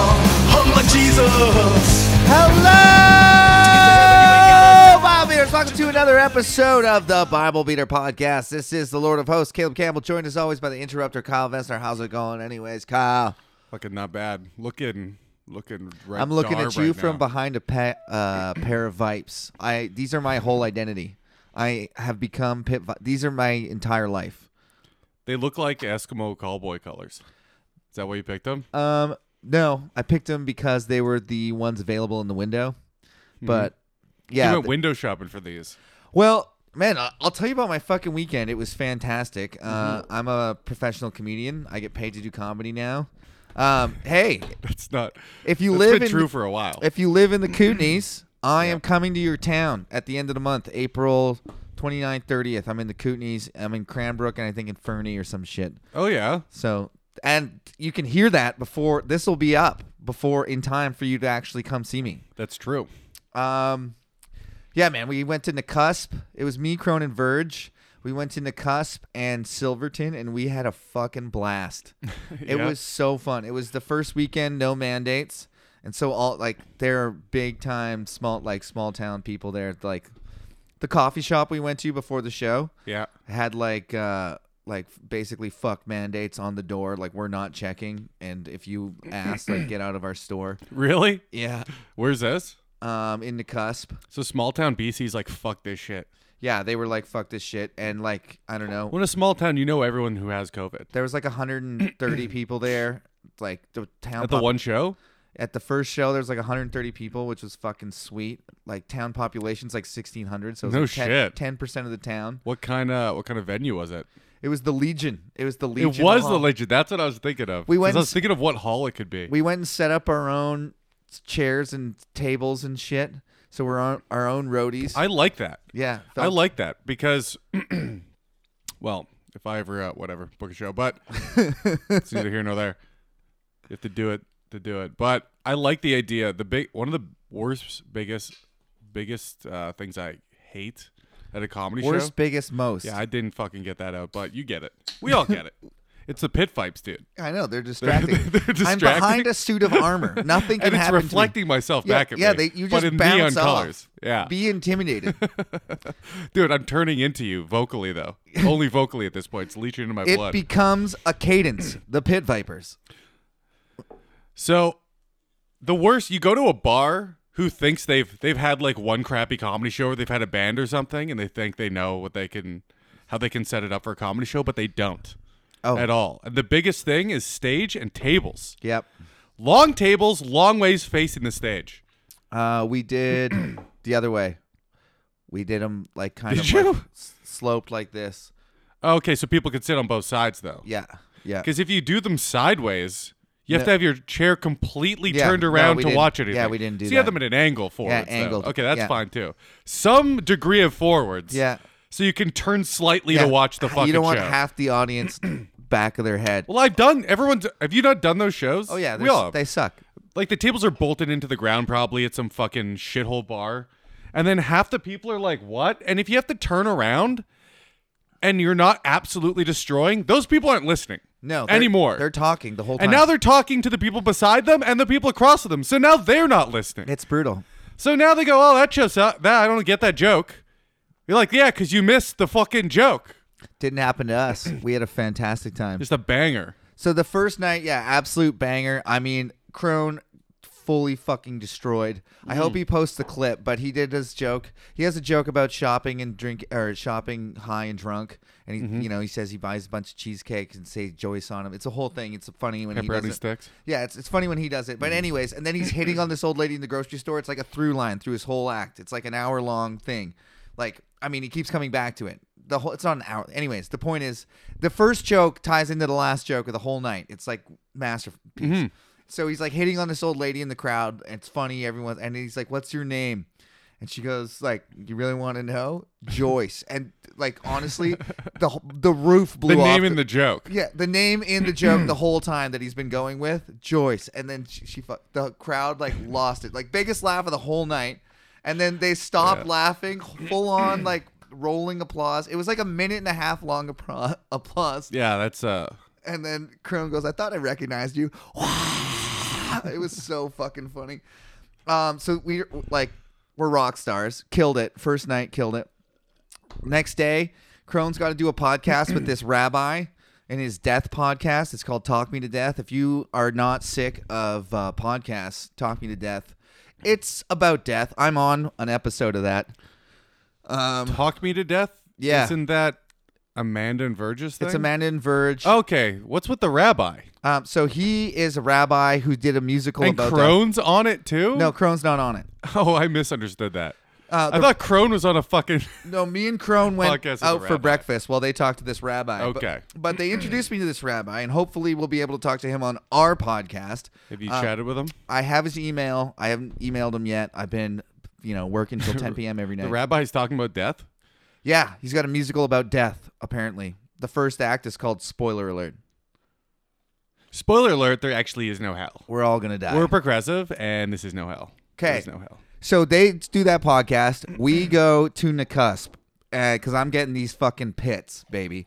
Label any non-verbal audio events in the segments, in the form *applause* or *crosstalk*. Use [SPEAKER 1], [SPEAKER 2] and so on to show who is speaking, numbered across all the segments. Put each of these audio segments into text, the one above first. [SPEAKER 1] *laughs*
[SPEAKER 2] another episode of the Bible Beater Podcast. This is the Lord of Hosts, Caleb Campbell, joined as always by the interrupter, Kyle Vessner. How's it going, anyways, Kyle?
[SPEAKER 1] Fucking not bad. Looking, looking. Right
[SPEAKER 2] I'm looking
[SPEAKER 1] dar
[SPEAKER 2] at you
[SPEAKER 1] right
[SPEAKER 2] from
[SPEAKER 1] now.
[SPEAKER 2] behind a pa- uh, pair of vipes. I these are my whole identity. I have become pit. Vi- these are my entire life.
[SPEAKER 1] They look like Eskimo cowboy colors. Is that why you picked them?
[SPEAKER 2] Um, no, I picked them because they were the ones available in the window. But yeah,
[SPEAKER 1] Mm-hmm. you went
[SPEAKER 2] th-
[SPEAKER 1] window shopping for these. *laughs*
[SPEAKER 2] Well, man, I- I'll tell you about my fucking weekend. It was fantastic. Uh, I'm a professional comedian. I get paid to do comedy now. Um, hey,
[SPEAKER 1] That's not.
[SPEAKER 2] if you
[SPEAKER 1] that's
[SPEAKER 2] live
[SPEAKER 1] been
[SPEAKER 2] in
[SPEAKER 1] true for a while.
[SPEAKER 2] if you live in the Kootenays, I am coming to your town at the end of the month, April 29th, 30th. I'm in the Kootenays. I'm in Cranbrook, and I think in Fernie or some shit.
[SPEAKER 1] oh yeah.
[SPEAKER 2] So, and you can hear that before this will be up before in time for you to actually come see me.
[SPEAKER 1] That's true.
[SPEAKER 2] Um, yeah, man, we went to Nicusp. It was me, Cronin, Verge. We went to Nicusp and Silverton, and we had a fucking blast. It
[SPEAKER 1] Yeah.
[SPEAKER 2] was so fun. It was the first weekend, no mandates, and so all like they're big time small like small town people there. Like the coffee shop we went to before the show
[SPEAKER 1] Yeah.
[SPEAKER 2] had like uh like basically fuck mandates on the door. Like we're not checking, and if you ask, like get out of our store.
[SPEAKER 1] Really?
[SPEAKER 2] Yeah,
[SPEAKER 1] Where's this?
[SPEAKER 2] um, in Nicusp.
[SPEAKER 1] So small town BC's like fuck this shit.
[SPEAKER 2] Yeah, they were like, fuck this shit. And like, I don't know.
[SPEAKER 1] When a small town, you know everyone who has COVID.
[SPEAKER 2] There was like
[SPEAKER 1] *coughs*
[SPEAKER 2] 130 people there. Like the town
[SPEAKER 1] At the
[SPEAKER 2] pop-
[SPEAKER 1] one show,
[SPEAKER 2] at the first show, there was like 130 people, which was fucking sweet. Like town population's like 1600, so it was
[SPEAKER 1] No
[SPEAKER 2] like 10,
[SPEAKER 1] shit.
[SPEAKER 2] 10% of the town.
[SPEAKER 1] what kind of what kind of venue was it?
[SPEAKER 2] It was the Legion. It was the Legion.
[SPEAKER 1] it was the
[SPEAKER 2] Hall.
[SPEAKER 1] legend. That's what I was thinking of.
[SPEAKER 2] We
[SPEAKER 1] 'Cause
[SPEAKER 2] went
[SPEAKER 1] I
[SPEAKER 2] and
[SPEAKER 1] was
[SPEAKER 2] s-
[SPEAKER 1] thinking of what hall it could be.
[SPEAKER 2] We went and set up our own chairs and tables and shit. So we're on our own roadies.
[SPEAKER 1] I like that.
[SPEAKER 2] yeah,
[SPEAKER 1] I
[SPEAKER 2] felt-
[SPEAKER 1] like that because, *clears throat* well, if I ever uh, whatever book a show, but it's neither here nor there. You have to do it to do it. But I like the idea. The big one of the worst, biggest, biggest uh, things I hate at a comedy
[SPEAKER 2] worst,
[SPEAKER 1] show.
[SPEAKER 2] biggest, most.
[SPEAKER 1] Yeah, I didn't fucking get that out, but you get it. We
[SPEAKER 2] *laughs*
[SPEAKER 1] all get it. It's the pit pipes, dude.
[SPEAKER 2] I know they're distracting.
[SPEAKER 1] they're *laughs*
[SPEAKER 2] I'm
[SPEAKER 1] distracting.
[SPEAKER 2] behind a suit of
[SPEAKER 1] *laughs*
[SPEAKER 2] armor. Nothing can
[SPEAKER 1] and it's
[SPEAKER 2] happen. to me.
[SPEAKER 1] reflecting myself
[SPEAKER 2] Yeah,
[SPEAKER 1] back at
[SPEAKER 2] yeah,
[SPEAKER 1] me.
[SPEAKER 2] They, you
[SPEAKER 1] but
[SPEAKER 2] just
[SPEAKER 1] in neon
[SPEAKER 2] bounce off.
[SPEAKER 1] colors. Yeah,
[SPEAKER 2] Be
[SPEAKER 1] *laughs*
[SPEAKER 2] intimidated.
[SPEAKER 1] dude, I'm turning into you vocally though. Only vocally at this point. It's leeching into my
[SPEAKER 2] it
[SPEAKER 1] blood.
[SPEAKER 2] becomes a
[SPEAKER 1] *clears throat*
[SPEAKER 2] cadence. The Pit Vipers.
[SPEAKER 1] So the worst, you go to a bar who thinks they've they've had like one crappy comedy show or they've had a band or something and they think they know what they can how they can set it up for a comedy show, but they don't
[SPEAKER 2] Oh.
[SPEAKER 1] at all. And the biggest thing is stage and tables.
[SPEAKER 2] Yep.
[SPEAKER 1] Long tables, long ways facing the stage.
[SPEAKER 2] Uh, we did
[SPEAKER 1] *clears throat*
[SPEAKER 2] the other way. We did them like kind
[SPEAKER 1] Did
[SPEAKER 2] of
[SPEAKER 1] you?
[SPEAKER 2] like, s- sloped like this.
[SPEAKER 1] Okay, so people could sit on both sides though.
[SPEAKER 2] Yeah. Yeah.
[SPEAKER 1] Because if you do them sideways, you have
[SPEAKER 2] No.
[SPEAKER 1] to have your chair completely
[SPEAKER 2] Yeah,
[SPEAKER 1] turned
[SPEAKER 2] no,
[SPEAKER 1] around
[SPEAKER 2] we
[SPEAKER 1] to
[SPEAKER 2] didn't-
[SPEAKER 1] watch anything.
[SPEAKER 2] yeah, we didn't do
[SPEAKER 1] So you have
[SPEAKER 2] that.
[SPEAKER 1] them at an angle forwards. though.
[SPEAKER 2] angled,
[SPEAKER 1] Okay, that's
[SPEAKER 2] yeah.
[SPEAKER 1] fine too. Some degree of forwards.
[SPEAKER 2] Yeah.
[SPEAKER 1] So you can turn slightly
[SPEAKER 2] yeah.
[SPEAKER 1] to watch the
[SPEAKER 2] Ha- *laughs*
[SPEAKER 1] fucking
[SPEAKER 2] You don't want
[SPEAKER 1] show.
[SPEAKER 2] half the
[SPEAKER 1] *clears throat*
[SPEAKER 2] audience back of their head.
[SPEAKER 1] well, I've done. Everyone's. Have you not done those shows?
[SPEAKER 2] oh yeah,
[SPEAKER 1] we all.
[SPEAKER 2] there's-
[SPEAKER 1] have.
[SPEAKER 2] they suck.
[SPEAKER 1] like the tables are bolted into the ground probably at some fucking shithole bar, and then half the people are like, "What?" And if you have to turn around, and you're not absolutely destroying, those people aren't listening.
[SPEAKER 2] No they're-
[SPEAKER 1] anymore.
[SPEAKER 2] They're talking the whole time.
[SPEAKER 1] And now they're talking to the people beside them and the people across them. So now they're not listening.
[SPEAKER 2] it's brutal.
[SPEAKER 1] So now they go, "Oh, that just that I don't get that joke." You're like, "Yeah, because you missed the fucking joke."
[SPEAKER 2] Didn't happen to
[SPEAKER 1] *clears throat*
[SPEAKER 2] us. We had a fantastic time.
[SPEAKER 1] Just a banger.
[SPEAKER 2] So the first night, yeah, absolute banger. I mean, Crone fully fucking destroyed. I hope
[SPEAKER 1] Mm.
[SPEAKER 2] he posts the clip, but he did his joke. He has a joke about shopping and drink or shopping high and drunk. And he,
[SPEAKER 1] Mm-hmm.
[SPEAKER 2] you know, he says he buys a bunch of cheesecakes and says Joyce on him. It's a whole thing. It's funny when he does
[SPEAKER 1] Pepperoni
[SPEAKER 2] it.
[SPEAKER 1] sticks.
[SPEAKER 2] Yeah, it's, it's funny when he does it.
[SPEAKER 1] Mm-hmm.
[SPEAKER 2] But anyways, and then he's hitting on this old lady in the grocery store. It's like a through line through his whole act. It's like an hour long thing. Like I mean, he keeps coming back to it. The whole it's not an hour. Anyways, the point is the first joke ties into the last joke of the whole night. It's like masterpiece.
[SPEAKER 1] Mm-hmm.
[SPEAKER 2] So he's like hitting on this old lady in the crowd. and It's funny, everyone, and he's like, "What's your name?" And she goes like, "You really want to know, Joyce?" And like honestly, the wh- the roof blew
[SPEAKER 1] The
[SPEAKER 2] off.
[SPEAKER 1] name
[SPEAKER 2] the-
[SPEAKER 1] in the joke.
[SPEAKER 2] yeah, the name in the joke the whole time that he's been going with Joyce, and then she, she fu- the crowd like lost it, like biggest laugh of the whole night, and then they stopped laughing, full on like rolling applause. It was like a minute and a half long appra- *laughs* applause,
[SPEAKER 1] Yeah, that's uh
[SPEAKER 2] and then Crone goes, "I thought I recognized you." *laughs* it was so fucking funny. Um, so we like we're rock stars, killed it first night, killed it. Next day, Crone's got to do a podcast with this rabbi in his death podcast. It's called Talk Me to Death. If you are not sick of uh, podcasts, Talk Me to Death. It's about death. I'm on an episode of that. Um,
[SPEAKER 1] Talk me to death.
[SPEAKER 2] Yeah.
[SPEAKER 1] Isn't that Amanda and Verges thing?
[SPEAKER 2] it's Amanda and Verge.
[SPEAKER 1] Okay, what's with the rabbi
[SPEAKER 2] Um, so he is a rabbi who did a musical
[SPEAKER 1] and
[SPEAKER 2] about death.
[SPEAKER 1] Crone's on it too?
[SPEAKER 2] No, Crone's not on it.
[SPEAKER 1] *laughs* Oh, I misunderstood that.
[SPEAKER 2] Uh,
[SPEAKER 1] I
[SPEAKER 2] the-
[SPEAKER 1] thought Crone was on a fucking. *laughs*
[SPEAKER 2] No, me and Crone went
[SPEAKER 1] Podcast with
[SPEAKER 2] out
[SPEAKER 1] a
[SPEAKER 2] for
[SPEAKER 1] rabbi.
[SPEAKER 2] breakfast while they talked to this rabbi. But-
[SPEAKER 1] Okay.
[SPEAKER 2] But, they introduced me to this rabbi, and hopefully we'll be able to talk to him on our podcast.
[SPEAKER 1] Have you
[SPEAKER 2] Uh,
[SPEAKER 1] chatted with him?
[SPEAKER 2] I have his email. I haven't emailed him yet. I've been, you know, working
[SPEAKER 1] *laughs*
[SPEAKER 2] till 10 p.m. every
[SPEAKER 1] The
[SPEAKER 2] night.
[SPEAKER 1] rabbi's talking about death.
[SPEAKER 2] yeah, he's got a musical about death, apparently. The first act is called Spoiler Alert.
[SPEAKER 1] Spoiler alert: There actually is no hell.
[SPEAKER 2] We're all going to die.
[SPEAKER 1] We're progressive, and this is no hell.
[SPEAKER 2] 'Kay.
[SPEAKER 1] There's no hell.
[SPEAKER 2] So they do that podcast. We
[SPEAKER 1] *clears throat*
[SPEAKER 2] go to Nacusp because I'm getting these fucking pits, baby.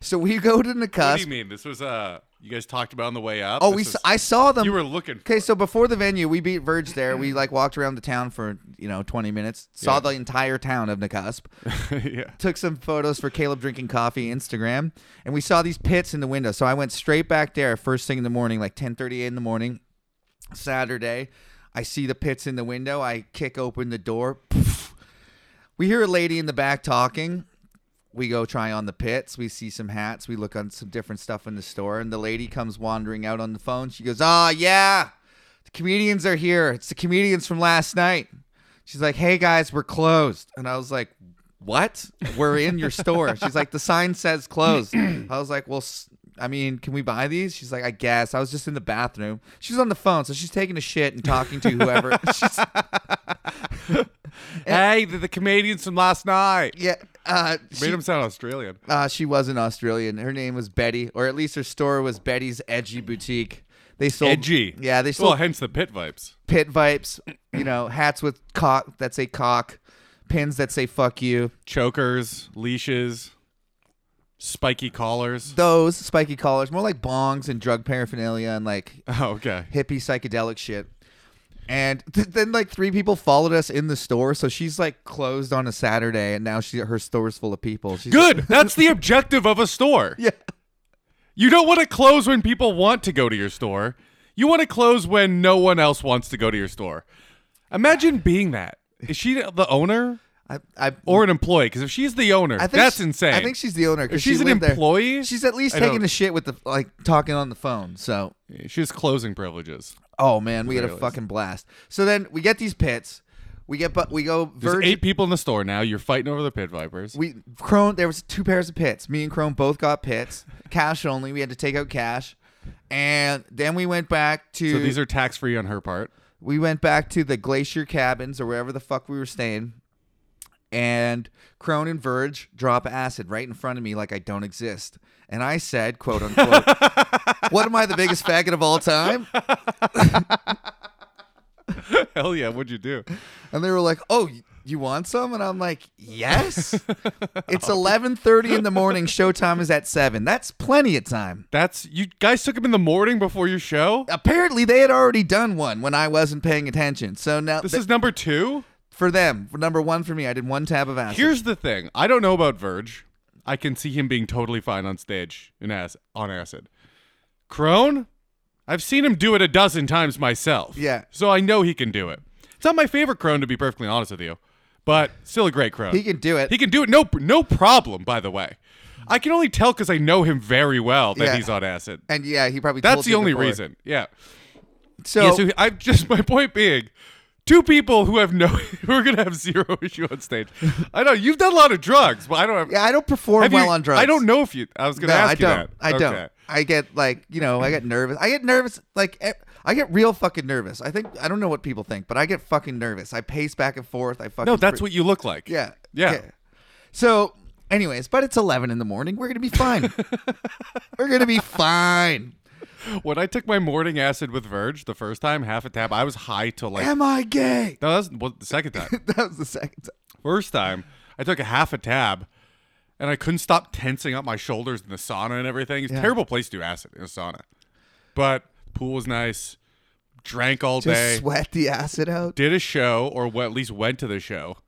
[SPEAKER 2] So we go to
[SPEAKER 1] What do you
[SPEAKER 2] Nacusp.
[SPEAKER 1] mean? This was uh, you guys talked about on the way up.
[SPEAKER 2] Oh,
[SPEAKER 1] This
[SPEAKER 2] we
[SPEAKER 1] was-
[SPEAKER 2] s I I saw them.
[SPEAKER 1] you were looking. for
[SPEAKER 2] Okay, so before the venue, we beat Verge there. We like walked around the town for you know 20 minutes. Saw
[SPEAKER 1] Yeah.
[SPEAKER 2] the entire town of Nacusp.
[SPEAKER 1] it. *laughs* yeah.
[SPEAKER 2] Took some photos for Caleb drinking coffee Instagram, and we saw these pits in the window. So I went straight back there first thing in the morning, like 10:38 in the morning, Saturday. I see the pits in the window. I kick open the door. Poof. We hear a lady in the back talking. We go try on the pits. We see some hats. We look on some different stuff in the store. And the lady comes wandering out on the phone. She goes, Ah, yeah. The comedians are here. It's the comedians from last night. She's like, Hey, guys, we're closed. And I was like, What? We're in your store. She's like, The sign says closed. I was like, Well, s- I mean, can we buy these? She's like, I guess. I was just in the bathroom. She's on the phone. So she's taking a shit and talking to
[SPEAKER 1] *laughs*
[SPEAKER 2] whoever. She's-
[SPEAKER 1] Hey, the, the comedians from last night
[SPEAKER 2] yeah. Uh, she-
[SPEAKER 1] made him sound Australian.
[SPEAKER 2] Uh, she wasn't Australian. Her name was Betty, or at least her store was Betty's Edgy Boutique. They sold
[SPEAKER 1] Edgy.
[SPEAKER 2] Yeah, they
[SPEAKER 1] Well,
[SPEAKER 2] sold
[SPEAKER 1] hence the pit vibes.
[SPEAKER 2] pit vipes, you know, hats with cock that say cock, pins that say fuck you.
[SPEAKER 1] Chokers, leashes, spiky collars. *laughs*
[SPEAKER 2] Those spiky collars, more like bongs and drug paraphernalia and like
[SPEAKER 1] Oh, okay.
[SPEAKER 2] hippie psychedelic shit. And *laughs* th- then like three people followed us in the store, so she's like closed on a Saturday, and now she her store's full of people. She's
[SPEAKER 1] Good. That's the objective of a store.
[SPEAKER 2] *laughs* yeah.
[SPEAKER 1] You don't want to close when people want to go to your store. You want to close when no one else wants to go to your store. Imagine being that. Is she the owner
[SPEAKER 2] I, I
[SPEAKER 1] or an employee? Because if she's the owner,
[SPEAKER 2] I think
[SPEAKER 1] that's
[SPEAKER 2] she-
[SPEAKER 1] insane.
[SPEAKER 2] I think she's the owner. 'cause
[SPEAKER 1] If
[SPEAKER 2] she
[SPEAKER 1] she's an
[SPEAKER 2] lived there.
[SPEAKER 1] employee,
[SPEAKER 2] She's at least
[SPEAKER 1] I
[SPEAKER 2] taking
[SPEAKER 1] don't-
[SPEAKER 2] a shit with the like talking on the phone. So,
[SPEAKER 1] she has closing privileges.
[SPEAKER 2] oh man, we had a
[SPEAKER 1] Very least.
[SPEAKER 2] fucking blast. So then we get these pits. We get but we go
[SPEAKER 1] There's
[SPEAKER 2] Virgin.
[SPEAKER 1] eight people in the store now. You're fighting over the pit vipers.
[SPEAKER 2] We Crone. There was two pairs of pits. Me and Crone both got pits. cash only. We had to take out cash, and then we went back to.
[SPEAKER 1] so these are tax free on her part. *laughs*
[SPEAKER 2] we went back to the glacier cabins or wherever the fuck we were staying and crone and verge drop acid right in front of me like i don't exist and i said quote
[SPEAKER 1] *laughs*
[SPEAKER 2] unquote what am i the biggest faggot of all time
[SPEAKER 1] Hell yeah! What'd you do?
[SPEAKER 2] and they were like oh y- you want some and i'm like yes it's
[SPEAKER 1] *laughs* Oh.
[SPEAKER 2] 11.30 in the morning showtime is at 7 that's plenty of time
[SPEAKER 1] That's you guys took him in the morning before your show.
[SPEAKER 2] apparently they had already done one when i wasn't paying attention so now
[SPEAKER 1] This
[SPEAKER 2] th-
[SPEAKER 1] is number two.
[SPEAKER 2] for them number one for me i did one tab of acid
[SPEAKER 1] Here's the thing. I don't know about Verge. I can see him being totally fine on stage in ac- on acid. Crone, I've seen him do it a dozen times myself.
[SPEAKER 2] Yeah.
[SPEAKER 1] So I know he can do it. It's not my favorite Crone, to be perfectly honest with you, but still a great Crone.
[SPEAKER 2] he can do it
[SPEAKER 1] He can do it. No, no problem. By the way, I can only tell because I know him very well that
[SPEAKER 2] Yeah.
[SPEAKER 1] he's on acid.
[SPEAKER 2] and yeah he probably
[SPEAKER 1] That's
[SPEAKER 2] told
[SPEAKER 1] the
[SPEAKER 2] you
[SPEAKER 1] only
[SPEAKER 2] before.
[SPEAKER 1] reason. Yeah.
[SPEAKER 2] So,
[SPEAKER 1] yeah. So I just my point being. Two people who have no, *laughs* who are gonna have zero issue on stage. I know you've done a lot of drugs, but I don't have
[SPEAKER 2] I don't perform
[SPEAKER 1] Have
[SPEAKER 2] well
[SPEAKER 1] you-
[SPEAKER 2] on drugs.
[SPEAKER 1] I don't know if you. I was gonna
[SPEAKER 2] No,
[SPEAKER 1] ask
[SPEAKER 2] I
[SPEAKER 1] you
[SPEAKER 2] don't.
[SPEAKER 1] that.
[SPEAKER 2] I
[SPEAKER 1] Okay.
[SPEAKER 2] don't. I get like you know, I get nervous. I get nervous. Like e- I get real fucking nervous. I think I don't know what people think, but I get fucking nervous. I pace back and forth. I fucking
[SPEAKER 1] No, that's
[SPEAKER 2] fr-
[SPEAKER 1] what you look like.
[SPEAKER 2] yeah
[SPEAKER 1] Yeah.
[SPEAKER 2] So, anyways, but it's eleven in the morning. We're gonna be
[SPEAKER 1] *laughs*
[SPEAKER 2] fine. We're gonna be fine.
[SPEAKER 1] When I took my morning acid with Verge the first time, half a tab, I was high till like.
[SPEAKER 2] Am I gay? *laughs*
[SPEAKER 1] No, that's well, the second time.
[SPEAKER 2] That was the second time.
[SPEAKER 1] first time, I took a half a tab, and I couldn't stop tensing up my shoulders in the sauna and everything. It's a terrible place to do acid in a sauna, but pool was nice. Drank all
[SPEAKER 2] Just
[SPEAKER 1] day.
[SPEAKER 2] sweat the acid out.
[SPEAKER 1] did a show or w- at least went to the show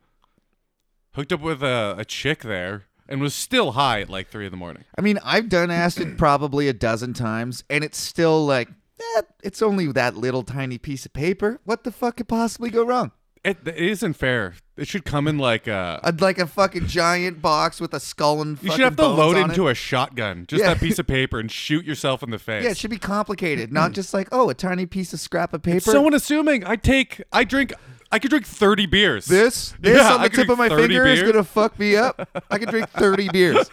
[SPEAKER 1] hooked up with a, a chick there and was still high at like three in the morning.
[SPEAKER 2] I mean, I've done
[SPEAKER 1] *clears throat*
[SPEAKER 2] acid probably a dozen times, and it's still like, eh, it's only that little tiny piece of paper. What the fuck could possibly go wrong?
[SPEAKER 1] It, it isn't fair. It should come in like a.
[SPEAKER 2] I'd like a fucking giant box with a skull and
[SPEAKER 1] You
[SPEAKER 2] fucking
[SPEAKER 1] should have to
[SPEAKER 2] bones
[SPEAKER 1] load
[SPEAKER 2] on
[SPEAKER 1] into a shotgun, just
[SPEAKER 2] Yeah.
[SPEAKER 1] that piece of paper, and shoot yourself in the face.
[SPEAKER 2] Yeah, it should be complicated, not just like oh, a tiny piece of scrap of paper.
[SPEAKER 1] so unassuming. I take, I drink, I could drink thirty beers.
[SPEAKER 2] this, this
[SPEAKER 1] *laughs* Yeah,
[SPEAKER 2] on
[SPEAKER 1] I
[SPEAKER 2] the
[SPEAKER 1] could
[SPEAKER 2] tip of
[SPEAKER 1] drink
[SPEAKER 2] my
[SPEAKER 1] 30
[SPEAKER 2] finger is
[SPEAKER 1] beers.
[SPEAKER 2] gonna fuck me up. I could drink thirty
[SPEAKER 1] *laughs*
[SPEAKER 2] beers.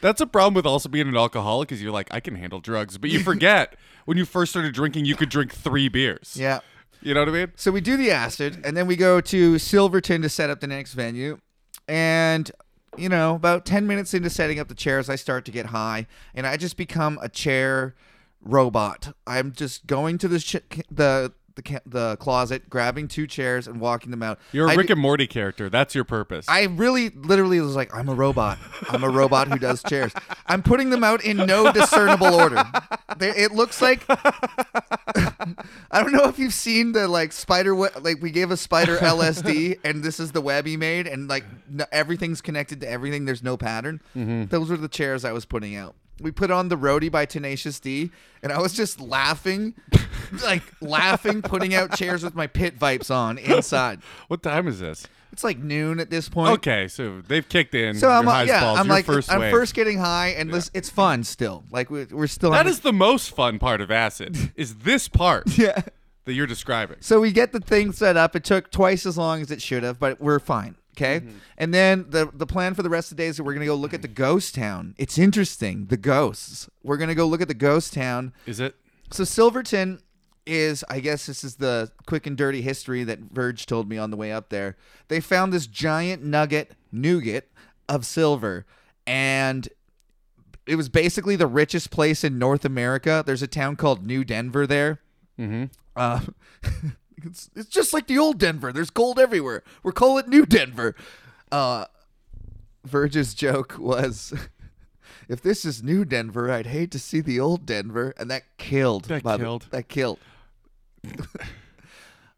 [SPEAKER 1] That's a problem with also being an alcoholic, is you're like, I can handle drugs,
[SPEAKER 2] *laughs*
[SPEAKER 1] but you forget when you first started drinking, you could drink three beers.
[SPEAKER 2] Yeah.
[SPEAKER 1] you know what I mean.
[SPEAKER 2] So we do the acid, and then we go to Silverton to set up the next venue. And, you know, about 10 minutes into setting up the chairs, I start to get high, and I just become a chair robot. I'm just going to the, sh- the, the, ca- the closet, grabbing two chairs, and walking them out.
[SPEAKER 1] You're a
[SPEAKER 2] I
[SPEAKER 1] Rick
[SPEAKER 2] d-
[SPEAKER 1] and Morty character. That's your purpose.
[SPEAKER 2] I really, literally was like, I'm a robot. I'm a robot who does chairs. I'm putting them out in no discernible order. They, it looks like *laughs* I don't know if you've seen the like spider. we- Like we gave a spider LSD, and this is the web he made, and like no, everything's connected to everything. There's no pattern. Those were the chairs I was putting out. We put on the roadie by Tenacious D, and I was just laughing, like laughing, putting out chairs with my pit vipes on inside.
[SPEAKER 1] what time is this?
[SPEAKER 2] It's like noon at this point.
[SPEAKER 1] Okay, so they've kikicked in.
[SPEAKER 2] So
[SPEAKER 1] your
[SPEAKER 2] I'm uh,
[SPEAKER 1] highs
[SPEAKER 2] yeah,
[SPEAKER 1] balls,
[SPEAKER 2] I'm
[SPEAKER 1] your
[SPEAKER 2] like
[SPEAKER 1] first
[SPEAKER 2] I'm
[SPEAKER 1] wave.
[SPEAKER 2] first getting high and this it's fun still. Like we're, we're still
[SPEAKER 1] That
[SPEAKER 2] having-
[SPEAKER 1] is the most fun part
[SPEAKER 2] *laughs*
[SPEAKER 1] of acid. Is this part
[SPEAKER 2] yeah.
[SPEAKER 1] that you're describing?
[SPEAKER 2] So we get the thing set up. It took twice as long as it should have, but we're fine. Okay.
[SPEAKER 1] Mm-hmm.
[SPEAKER 2] And then the the plan for the rest of the day is that we're gonna go look at the ghost town. It's interesting. The ghosts. We're gonna go look at the ghost town.
[SPEAKER 1] Is it?
[SPEAKER 2] So Silverton is, I guess this is the quick and dirty history that Verge told me on the way up there. They found this giant nugget, nougat of silver, and it was basically the richest place in North America. There's a town called New Denver there. Mm-hmm. Uh, *laughs* it's, it's just like the old Denver. There's gold everywhere. We're call it New Denver. Uh, Verge's joke was, *laughs* if this is New Denver, I'd hate to see the old Denver, and that killed.
[SPEAKER 1] That
[SPEAKER 2] by the-
[SPEAKER 1] killed.
[SPEAKER 2] that killed. *laughs*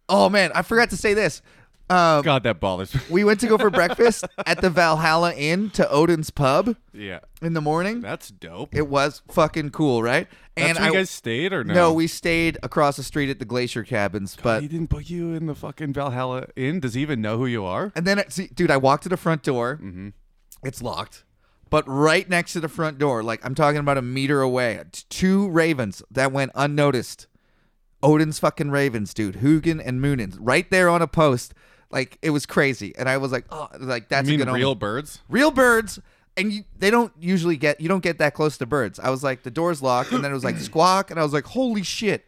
[SPEAKER 2] oh man, I forgot to say this. Um,
[SPEAKER 1] God,
[SPEAKER 2] *laughs*
[SPEAKER 1] that bothers me.
[SPEAKER 2] we went to go for breakfast at the Valhalla Inn to Odin's Pub
[SPEAKER 1] yeah,
[SPEAKER 2] in the morning.
[SPEAKER 1] that's dope.
[SPEAKER 2] It was fucking cool, right?
[SPEAKER 1] That's where you
[SPEAKER 2] I-
[SPEAKER 1] guys stayed or no?
[SPEAKER 2] no, we uh, stayed across the street at the Glacier Cabins, but
[SPEAKER 1] he didn't put you in the fucking Valhalla Inn. Does he even know who you are?
[SPEAKER 2] and then see, dude, I walked to the front door.
[SPEAKER 1] Mm-hmm.
[SPEAKER 2] It's locked, but right next to the front door, like I'm talking about a meter away, t- two ravens that went unnoticed. Odin's fucking ravens, dude. Hugin and Moonin, right there on a post. Like it was crazy, and I was like, oh, like that's
[SPEAKER 1] You
[SPEAKER 2] a
[SPEAKER 1] mean
[SPEAKER 2] good omen.
[SPEAKER 1] real birds?
[SPEAKER 2] real birds and you, they don't usually get you don't get that close to birds i was like the door's locked and then it
[SPEAKER 1] *clears throat*
[SPEAKER 2] was like squawk and i was like holy shit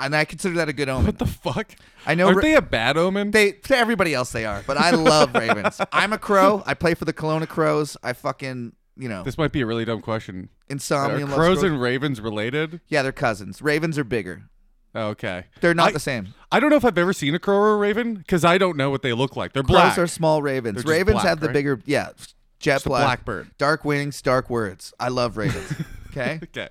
[SPEAKER 2] and i consider that a good omen
[SPEAKER 1] What the fuck?
[SPEAKER 2] I know
[SPEAKER 1] Aren't
[SPEAKER 2] ra-
[SPEAKER 1] they a bad omen?
[SPEAKER 2] they to everybody else they are but i love
[SPEAKER 1] *laughs*
[SPEAKER 2] ravens i'm a crow i play for the Kelowna crows i fucking you know
[SPEAKER 1] this might be a really dumb question. Are
[SPEAKER 2] insomnia loves
[SPEAKER 1] crows and ravens related? Oh,
[SPEAKER 2] yeah they're cousins ravens are bigger
[SPEAKER 1] Okay.
[SPEAKER 2] they're not
[SPEAKER 1] I-
[SPEAKER 2] the same
[SPEAKER 1] I don't know if I've ever seen a crow or a raven because I don't know what they look like. They're black.
[SPEAKER 2] crows are small ravens
[SPEAKER 1] just
[SPEAKER 2] ravens
[SPEAKER 1] black,
[SPEAKER 2] have the
[SPEAKER 1] right?
[SPEAKER 2] bigger yeah jet
[SPEAKER 1] a
[SPEAKER 2] black
[SPEAKER 1] blackbird.
[SPEAKER 2] dark wings dark words i love
[SPEAKER 1] *laughs*
[SPEAKER 2] ravens okay
[SPEAKER 1] okay.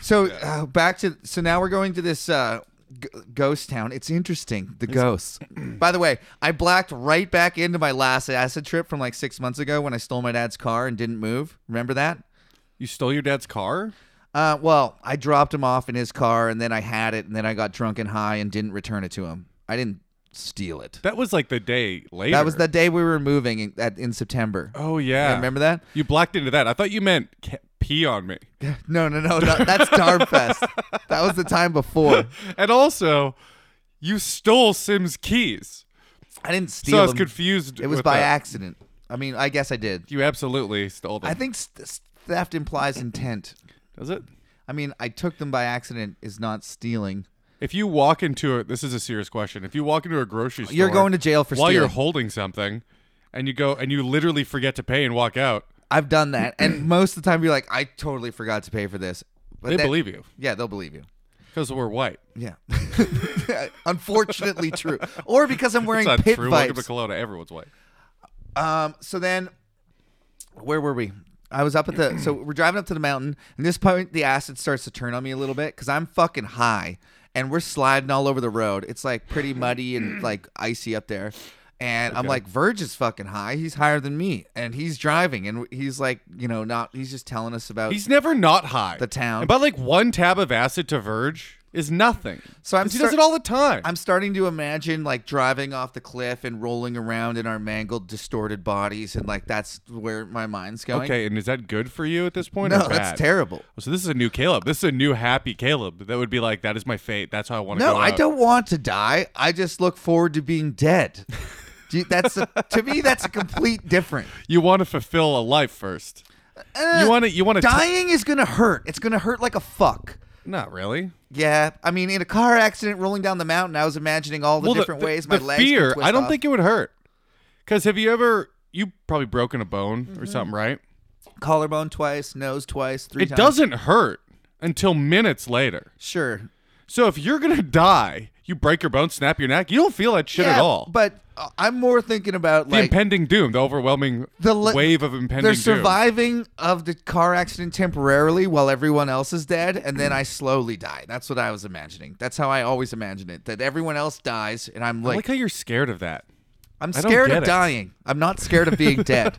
[SPEAKER 2] So uh, back to so now we're going to this uh, g- ghost town. It's interesting. The
[SPEAKER 1] *clears throat*
[SPEAKER 2] ghosts. By the way, I blacked right back into my last acid trip from like six months ago when I stole my dad's car and didn't move. Remember that?
[SPEAKER 1] You stole your dad's car?
[SPEAKER 2] Uh, well, I dropped him off in his car and then I had it and then I got drunk and high and didn't return it to him. I didn't steal it.
[SPEAKER 1] That was like the day later.
[SPEAKER 2] That was the day we were moving in, at, in September.
[SPEAKER 1] Oh yeah.
[SPEAKER 2] Remember that?
[SPEAKER 1] You blacked into that. I thought you meant ca- pee on me.
[SPEAKER 2] No, no, no. no that's Darmfest.
[SPEAKER 1] *laughs*
[SPEAKER 2] that was the time before.
[SPEAKER 1] And also, you stole Sim's keys.
[SPEAKER 2] I didn't steal
[SPEAKER 1] So I was
[SPEAKER 2] them.
[SPEAKER 1] confused.
[SPEAKER 2] It was
[SPEAKER 1] with
[SPEAKER 2] by
[SPEAKER 1] that.
[SPEAKER 2] accident. I mean, I guess I did.
[SPEAKER 1] You absolutely stole them.
[SPEAKER 2] I think st- st- theft implies intent.
[SPEAKER 1] Does it?
[SPEAKER 2] I mean, I took them by accident is not stealing.
[SPEAKER 1] If you walk into a this is a serious question. If you walk into a grocery store,
[SPEAKER 2] You're going to jail for
[SPEAKER 1] while you're
[SPEAKER 2] stealing.
[SPEAKER 1] holding something, and you go and you literally forget to pay and walk out.
[SPEAKER 2] I've done that,
[SPEAKER 1] *clears throat*
[SPEAKER 2] and most of the time you're like, I totally forgot to pay for this. But
[SPEAKER 1] They
[SPEAKER 2] that-
[SPEAKER 1] believe you
[SPEAKER 2] Yeah, they'll believe
[SPEAKER 1] *laughs*
[SPEAKER 2] you.
[SPEAKER 1] because we're white.
[SPEAKER 2] Yeah. *laughs* Unfortunately, true. Or because I'm wearing
[SPEAKER 1] It's not
[SPEAKER 2] pit
[SPEAKER 1] true.
[SPEAKER 2] vipes.
[SPEAKER 1] Welcome to Kelowna. Everyone's white.
[SPEAKER 2] Um, so then, where were we? I was up at
[SPEAKER 1] *clears throat*
[SPEAKER 2] the. So we're driving up to the mountain, and this point the acid starts to turn on me a little bit because I'm fucking
[SPEAKER 1] *clears throat*
[SPEAKER 2] high, and we're sliding all over the road. It's like pretty muddy and like icy up there, And I'm
[SPEAKER 1] Okay.
[SPEAKER 2] like, Verge is fucking high. He's higher than me, and he's driving, and he's like, you know, not. He's just telling us about.
[SPEAKER 1] He's never not high.
[SPEAKER 2] The town.
[SPEAKER 1] And by like one tab of acid to Verge is nothing.
[SPEAKER 2] So I'm
[SPEAKER 1] 'Cause he
[SPEAKER 2] start-
[SPEAKER 1] does it all the time.
[SPEAKER 2] I'm starting to imagine like driving off the cliff and rolling around in our mangled, distorted bodies, and like that's where my mind's going.
[SPEAKER 1] okay, and is that good for you at this point?
[SPEAKER 2] no,
[SPEAKER 1] or bad? Oh,
[SPEAKER 2] that's terrible.
[SPEAKER 1] So this is a new Caleb. This is a new happy Caleb that would be like, that is my fate. That's how I want to
[SPEAKER 2] No,
[SPEAKER 1] go.
[SPEAKER 2] I
[SPEAKER 1] out."
[SPEAKER 2] don't want to die. I just look forward to being dead.
[SPEAKER 1] *laughs*
[SPEAKER 2] Do you- that's a, to me. That's a complete different.
[SPEAKER 1] You want to fulfill a life first.
[SPEAKER 2] Eh,
[SPEAKER 1] you want to. You want to
[SPEAKER 2] dying is gonna hurt. It's gonna hurt like a fuck.
[SPEAKER 1] Not really.
[SPEAKER 2] Yeah, I mean, in a car accident rolling down the mountain, I was imagining all the different ways my
[SPEAKER 1] the
[SPEAKER 2] legs. could
[SPEAKER 1] fear.
[SPEAKER 2] twist
[SPEAKER 1] I don't
[SPEAKER 2] off.
[SPEAKER 1] think it would hurt. Because have you ever? You probably broken a bone or something, right?
[SPEAKER 2] collarbone twice, nose twice, Mm-hmm. three
[SPEAKER 1] It
[SPEAKER 2] times.
[SPEAKER 1] doesn't hurt until minutes later.
[SPEAKER 2] Sure,
[SPEAKER 1] So if you're gonna die, you break your bone, snap your neck, you don't feel that shit
[SPEAKER 2] yeah,
[SPEAKER 1] at all.
[SPEAKER 2] But uh, I'm more thinking about
[SPEAKER 1] the
[SPEAKER 2] like
[SPEAKER 1] impending doom, the overwhelming
[SPEAKER 2] The le-
[SPEAKER 1] wave of impending
[SPEAKER 2] they're
[SPEAKER 1] doom.
[SPEAKER 2] surviving of the car accident temporarily while everyone else is dead, and then I slowly die. That's what I was imagining. That's how I always imagine it. That everyone else dies, and I'm
[SPEAKER 1] I
[SPEAKER 2] like,
[SPEAKER 1] like how you're scared of that.
[SPEAKER 2] I'm
[SPEAKER 1] I don't
[SPEAKER 2] scared of
[SPEAKER 1] get it.
[SPEAKER 2] dying. I'm not scared of being
[SPEAKER 1] *laughs*
[SPEAKER 2] dead.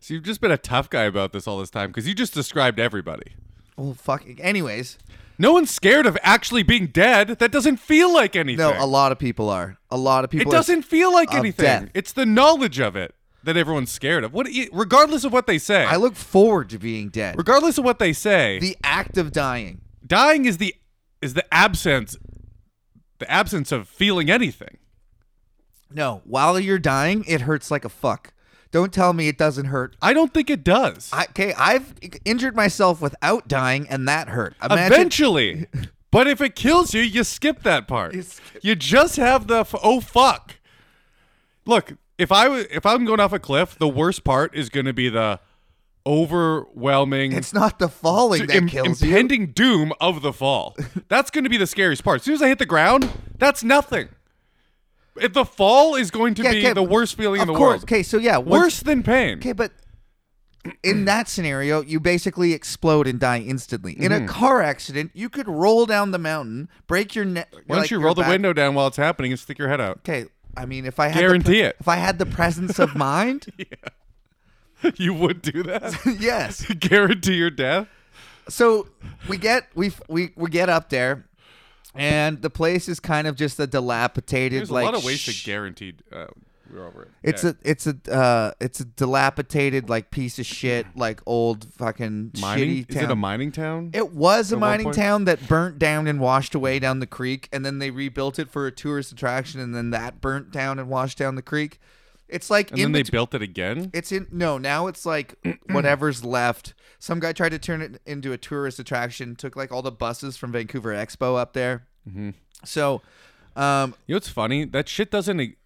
[SPEAKER 1] So you've just been a tough guy about this all this time because you just described everybody.
[SPEAKER 2] well, fucking. Oh, Anyways,
[SPEAKER 1] No one's scared of actually being dead. That doesn't feel like anything.
[SPEAKER 2] no, a lot of people are. A lot of
[SPEAKER 1] It
[SPEAKER 2] people. are-
[SPEAKER 1] doesn't feel like
[SPEAKER 2] of
[SPEAKER 1] anything.
[SPEAKER 2] death.
[SPEAKER 1] It's the knowledge of it that everyone's scared of. What, regardless of what they say,
[SPEAKER 2] I look forward to being dead.
[SPEAKER 1] regardless of what they say,
[SPEAKER 2] The act of dying.
[SPEAKER 1] dying is the is the absence, the absence of feeling anything.
[SPEAKER 2] No, while you're dying, it hurts like a fuck. Don't tell me it doesn't hurt.
[SPEAKER 1] I don't think it does.
[SPEAKER 2] I, okay, I've injured myself without dying, and that hurt. Imagine,
[SPEAKER 1] Eventually,
[SPEAKER 2] *laughs*
[SPEAKER 1] but if it kills you, you skip that part.
[SPEAKER 2] You
[SPEAKER 1] You,
[SPEAKER 2] skip-
[SPEAKER 1] just have the f- oh fuck. Look, if I w- if I'm going off a cliff, the worst part is going to be the overwhelming
[SPEAKER 2] it's not the falling that
[SPEAKER 1] im-
[SPEAKER 2] kills you.
[SPEAKER 1] impending doom of the fall. That's going to be the scariest part. As soon as I hit the ground, that's nothing. If the fall is going to
[SPEAKER 2] Yeah,
[SPEAKER 1] be
[SPEAKER 2] okay,
[SPEAKER 1] the worst feeling
[SPEAKER 2] Of
[SPEAKER 1] in the
[SPEAKER 2] course.
[SPEAKER 1] world.
[SPEAKER 2] Okay, so yeah, once-
[SPEAKER 1] Worse than pain.
[SPEAKER 2] Okay, but in that scenario, you basically explode and die instantly. In
[SPEAKER 1] Mm-hmm.
[SPEAKER 2] a car accident, you could roll down the mountain, break your neck.
[SPEAKER 1] Why don't
[SPEAKER 2] like,
[SPEAKER 1] you
[SPEAKER 2] your
[SPEAKER 1] roll the
[SPEAKER 2] back-
[SPEAKER 1] window down while it's happening and stick your head out? *laughs*
[SPEAKER 2] Okay, I mean, if I had
[SPEAKER 1] Guarantee
[SPEAKER 2] the,
[SPEAKER 1] it.
[SPEAKER 2] if I had the presence
[SPEAKER 1] *laughs*
[SPEAKER 2] of mind, *laughs*
[SPEAKER 1] You would do that?
[SPEAKER 2] yes.
[SPEAKER 1] to *laughs* guarantee your death?
[SPEAKER 2] so we get we we we get up there, and the place is kind of just a dilapidated
[SPEAKER 1] There's
[SPEAKER 2] like
[SPEAKER 1] a lot of ways
[SPEAKER 2] sh-
[SPEAKER 1] to guaranteed. Uh, we're over it.
[SPEAKER 2] It's a it's a uh it's a dilapidated like piece of shit like old fucking
[SPEAKER 1] mining.
[SPEAKER 2] shitty
[SPEAKER 1] Is
[SPEAKER 2] town.
[SPEAKER 1] it a mining town?
[SPEAKER 2] It was a
[SPEAKER 1] one
[SPEAKER 2] mining
[SPEAKER 1] point?
[SPEAKER 2] town that burnt down and washed away down the creek, and then they rebuilt it for a tourist attraction, and then that burnt down and washed down the creek. It's like
[SPEAKER 1] and
[SPEAKER 2] in
[SPEAKER 1] then they
[SPEAKER 2] bet-
[SPEAKER 1] built it again.
[SPEAKER 2] it's in no now it's
[SPEAKER 1] *clears throat*
[SPEAKER 2] like whatever's left. Some guy tried to turn it into a tourist attraction. Took like all the buses from Vancouver Expo up there.
[SPEAKER 1] Mm-hmm.
[SPEAKER 2] So, um,
[SPEAKER 1] You know what's funny? That shit doesn't. e-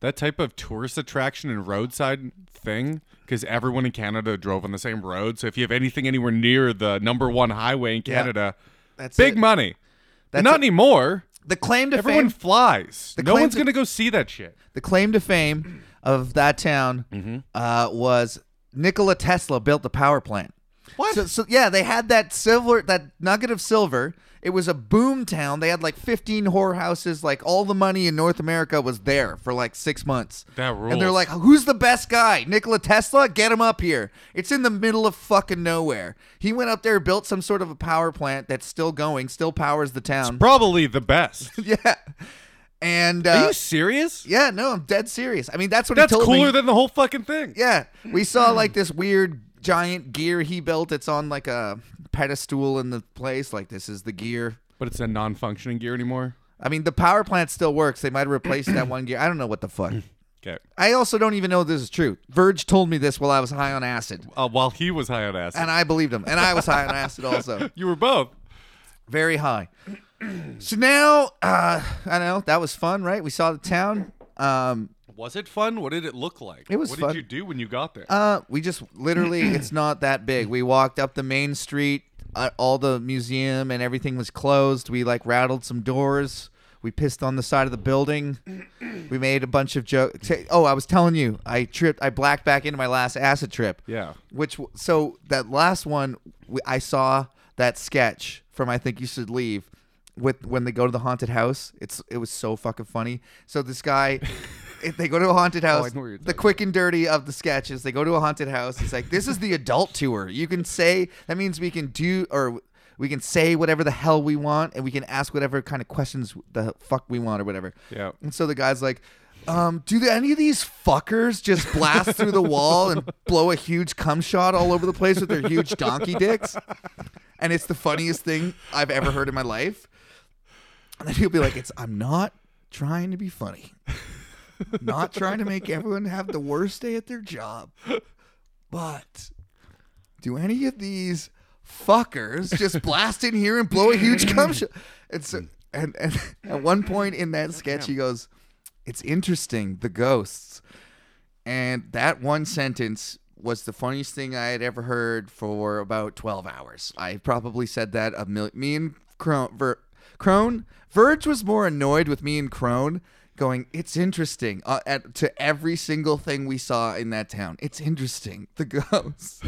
[SPEAKER 1] That type of tourist attraction and roadside thing, because everyone in Canada drove on the same road. So if you have anything anywhere near the number one highway in
[SPEAKER 2] Yeah.
[SPEAKER 1] Canada,
[SPEAKER 2] that's
[SPEAKER 1] big
[SPEAKER 2] it.
[SPEAKER 1] money.
[SPEAKER 2] That's
[SPEAKER 1] Not
[SPEAKER 2] it.
[SPEAKER 1] anymore.
[SPEAKER 2] the claim to
[SPEAKER 1] Everyone
[SPEAKER 2] fame.
[SPEAKER 1] flies.
[SPEAKER 2] The
[SPEAKER 1] no
[SPEAKER 2] claim
[SPEAKER 1] one's
[SPEAKER 2] to-
[SPEAKER 1] gonna go see that shit.
[SPEAKER 2] The claim to fame of that town
[SPEAKER 1] Mm-hmm.
[SPEAKER 2] uh, was Nikola Tesla built the power plant.
[SPEAKER 1] What?
[SPEAKER 2] So, so yeah, they had that silver, that nugget of silver. It was a boom town. They had like 15 whorehouses. Like all the money in North America was there for like six months.
[SPEAKER 1] That
[SPEAKER 2] And they're
[SPEAKER 1] rules.
[SPEAKER 2] like, who's the best guy? Nikola Tesla? Get him up here. It's in the middle of fucking nowhere. He went up there, built some sort of a power plant that's still going, still powers the town.
[SPEAKER 1] Probably the best.
[SPEAKER 2] *laughs* yeah. And uh,
[SPEAKER 1] Are you serious?
[SPEAKER 2] yeah, no, I'm dead serious. I mean, that's what
[SPEAKER 1] That's
[SPEAKER 2] he told
[SPEAKER 1] cooler
[SPEAKER 2] me.
[SPEAKER 1] than the whole fucking thing.
[SPEAKER 2] yeah, we saw like this weird giant gear he built. It's on like a pedestal in the place. Like this is the gear.
[SPEAKER 1] But it's a non-functioning gear anymore.
[SPEAKER 2] I mean, the power plant still works. They might have replaced that one gear. I don't know what the fuck.
[SPEAKER 1] Okay.
[SPEAKER 2] I also don't even know this is true. Verge told me this while I was high on acid,
[SPEAKER 1] Uh, while he was high on acid,
[SPEAKER 2] and I believed him. And I was high on acid also,
[SPEAKER 1] you were both.
[SPEAKER 2] very high. So now, uh, I don't know. That was fun, right? We saw the town. Um,
[SPEAKER 1] Was it fun? What did it look like?
[SPEAKER 2] It was
[SPEAKER 1] What
[SPEAKER 2] fun.
[SPEAKER 1] did you do when you got there?
[SPEAKER 2] Uh, we just
[SPEAKER 1] *clears throat*
[SPEAKER 2] literally, it's not that big. We walked up the main street. Uh, all the museum and everything was closed. We like rattled some doors. We pissed on the side of the
[SPEAKER 1] *clears throat*
[SPEAKER 2] building. We made a bunch of jokes. Oh, I was telling you, I tripped. I blacked back into my last acid trip.
[SPEAKER 1] Yeah.
[SPEAKER 2] Which w- so that last one, we, I saw that sketch from I think you should leave, with when they go to the haunted house. It's it was so fucking funny. So this
[SPEAKER 1] *laughs*
[SPEAKER 2] guy, if they go to a haunted house,
[SPEAKER 1] Oh, know what you're
[SPEAKER 2] the quick and dirty of the sketches. They go to a haunted house. It's like this is the adult tour. You can say that means we can do or we can say whatever the hell we want and we can ask whatever kind of questions the fuck we want or whatever.
[SPEAKER 1] Yeah.
[SPEAKER 2] And so the guy's like, um, do the, any of these fuckers just blast through the wall and blow a huge cum shot all over the place with their huge donkey dicks? And it's the funniest thing I've ever heard in my life. And then he'll be like, "It's I'm not trying to be funny, not trying to make everyone have the worst day at their job, but do any of these fuckers just blast in here and blow a huge cum shot?" And so, and, and at one point in that sketch, he goes, "It's interesting the ghosts," and that one sentence. Was the funniest thing I had ever heard for about twelve hours. I probably said that a million. Me and Cron, Ver, Crone, Verge was more annoyed with me and Crone going, it's interesting uh, at, to every single thing we saw in that town. It's interesting. *laughs* The ghosts.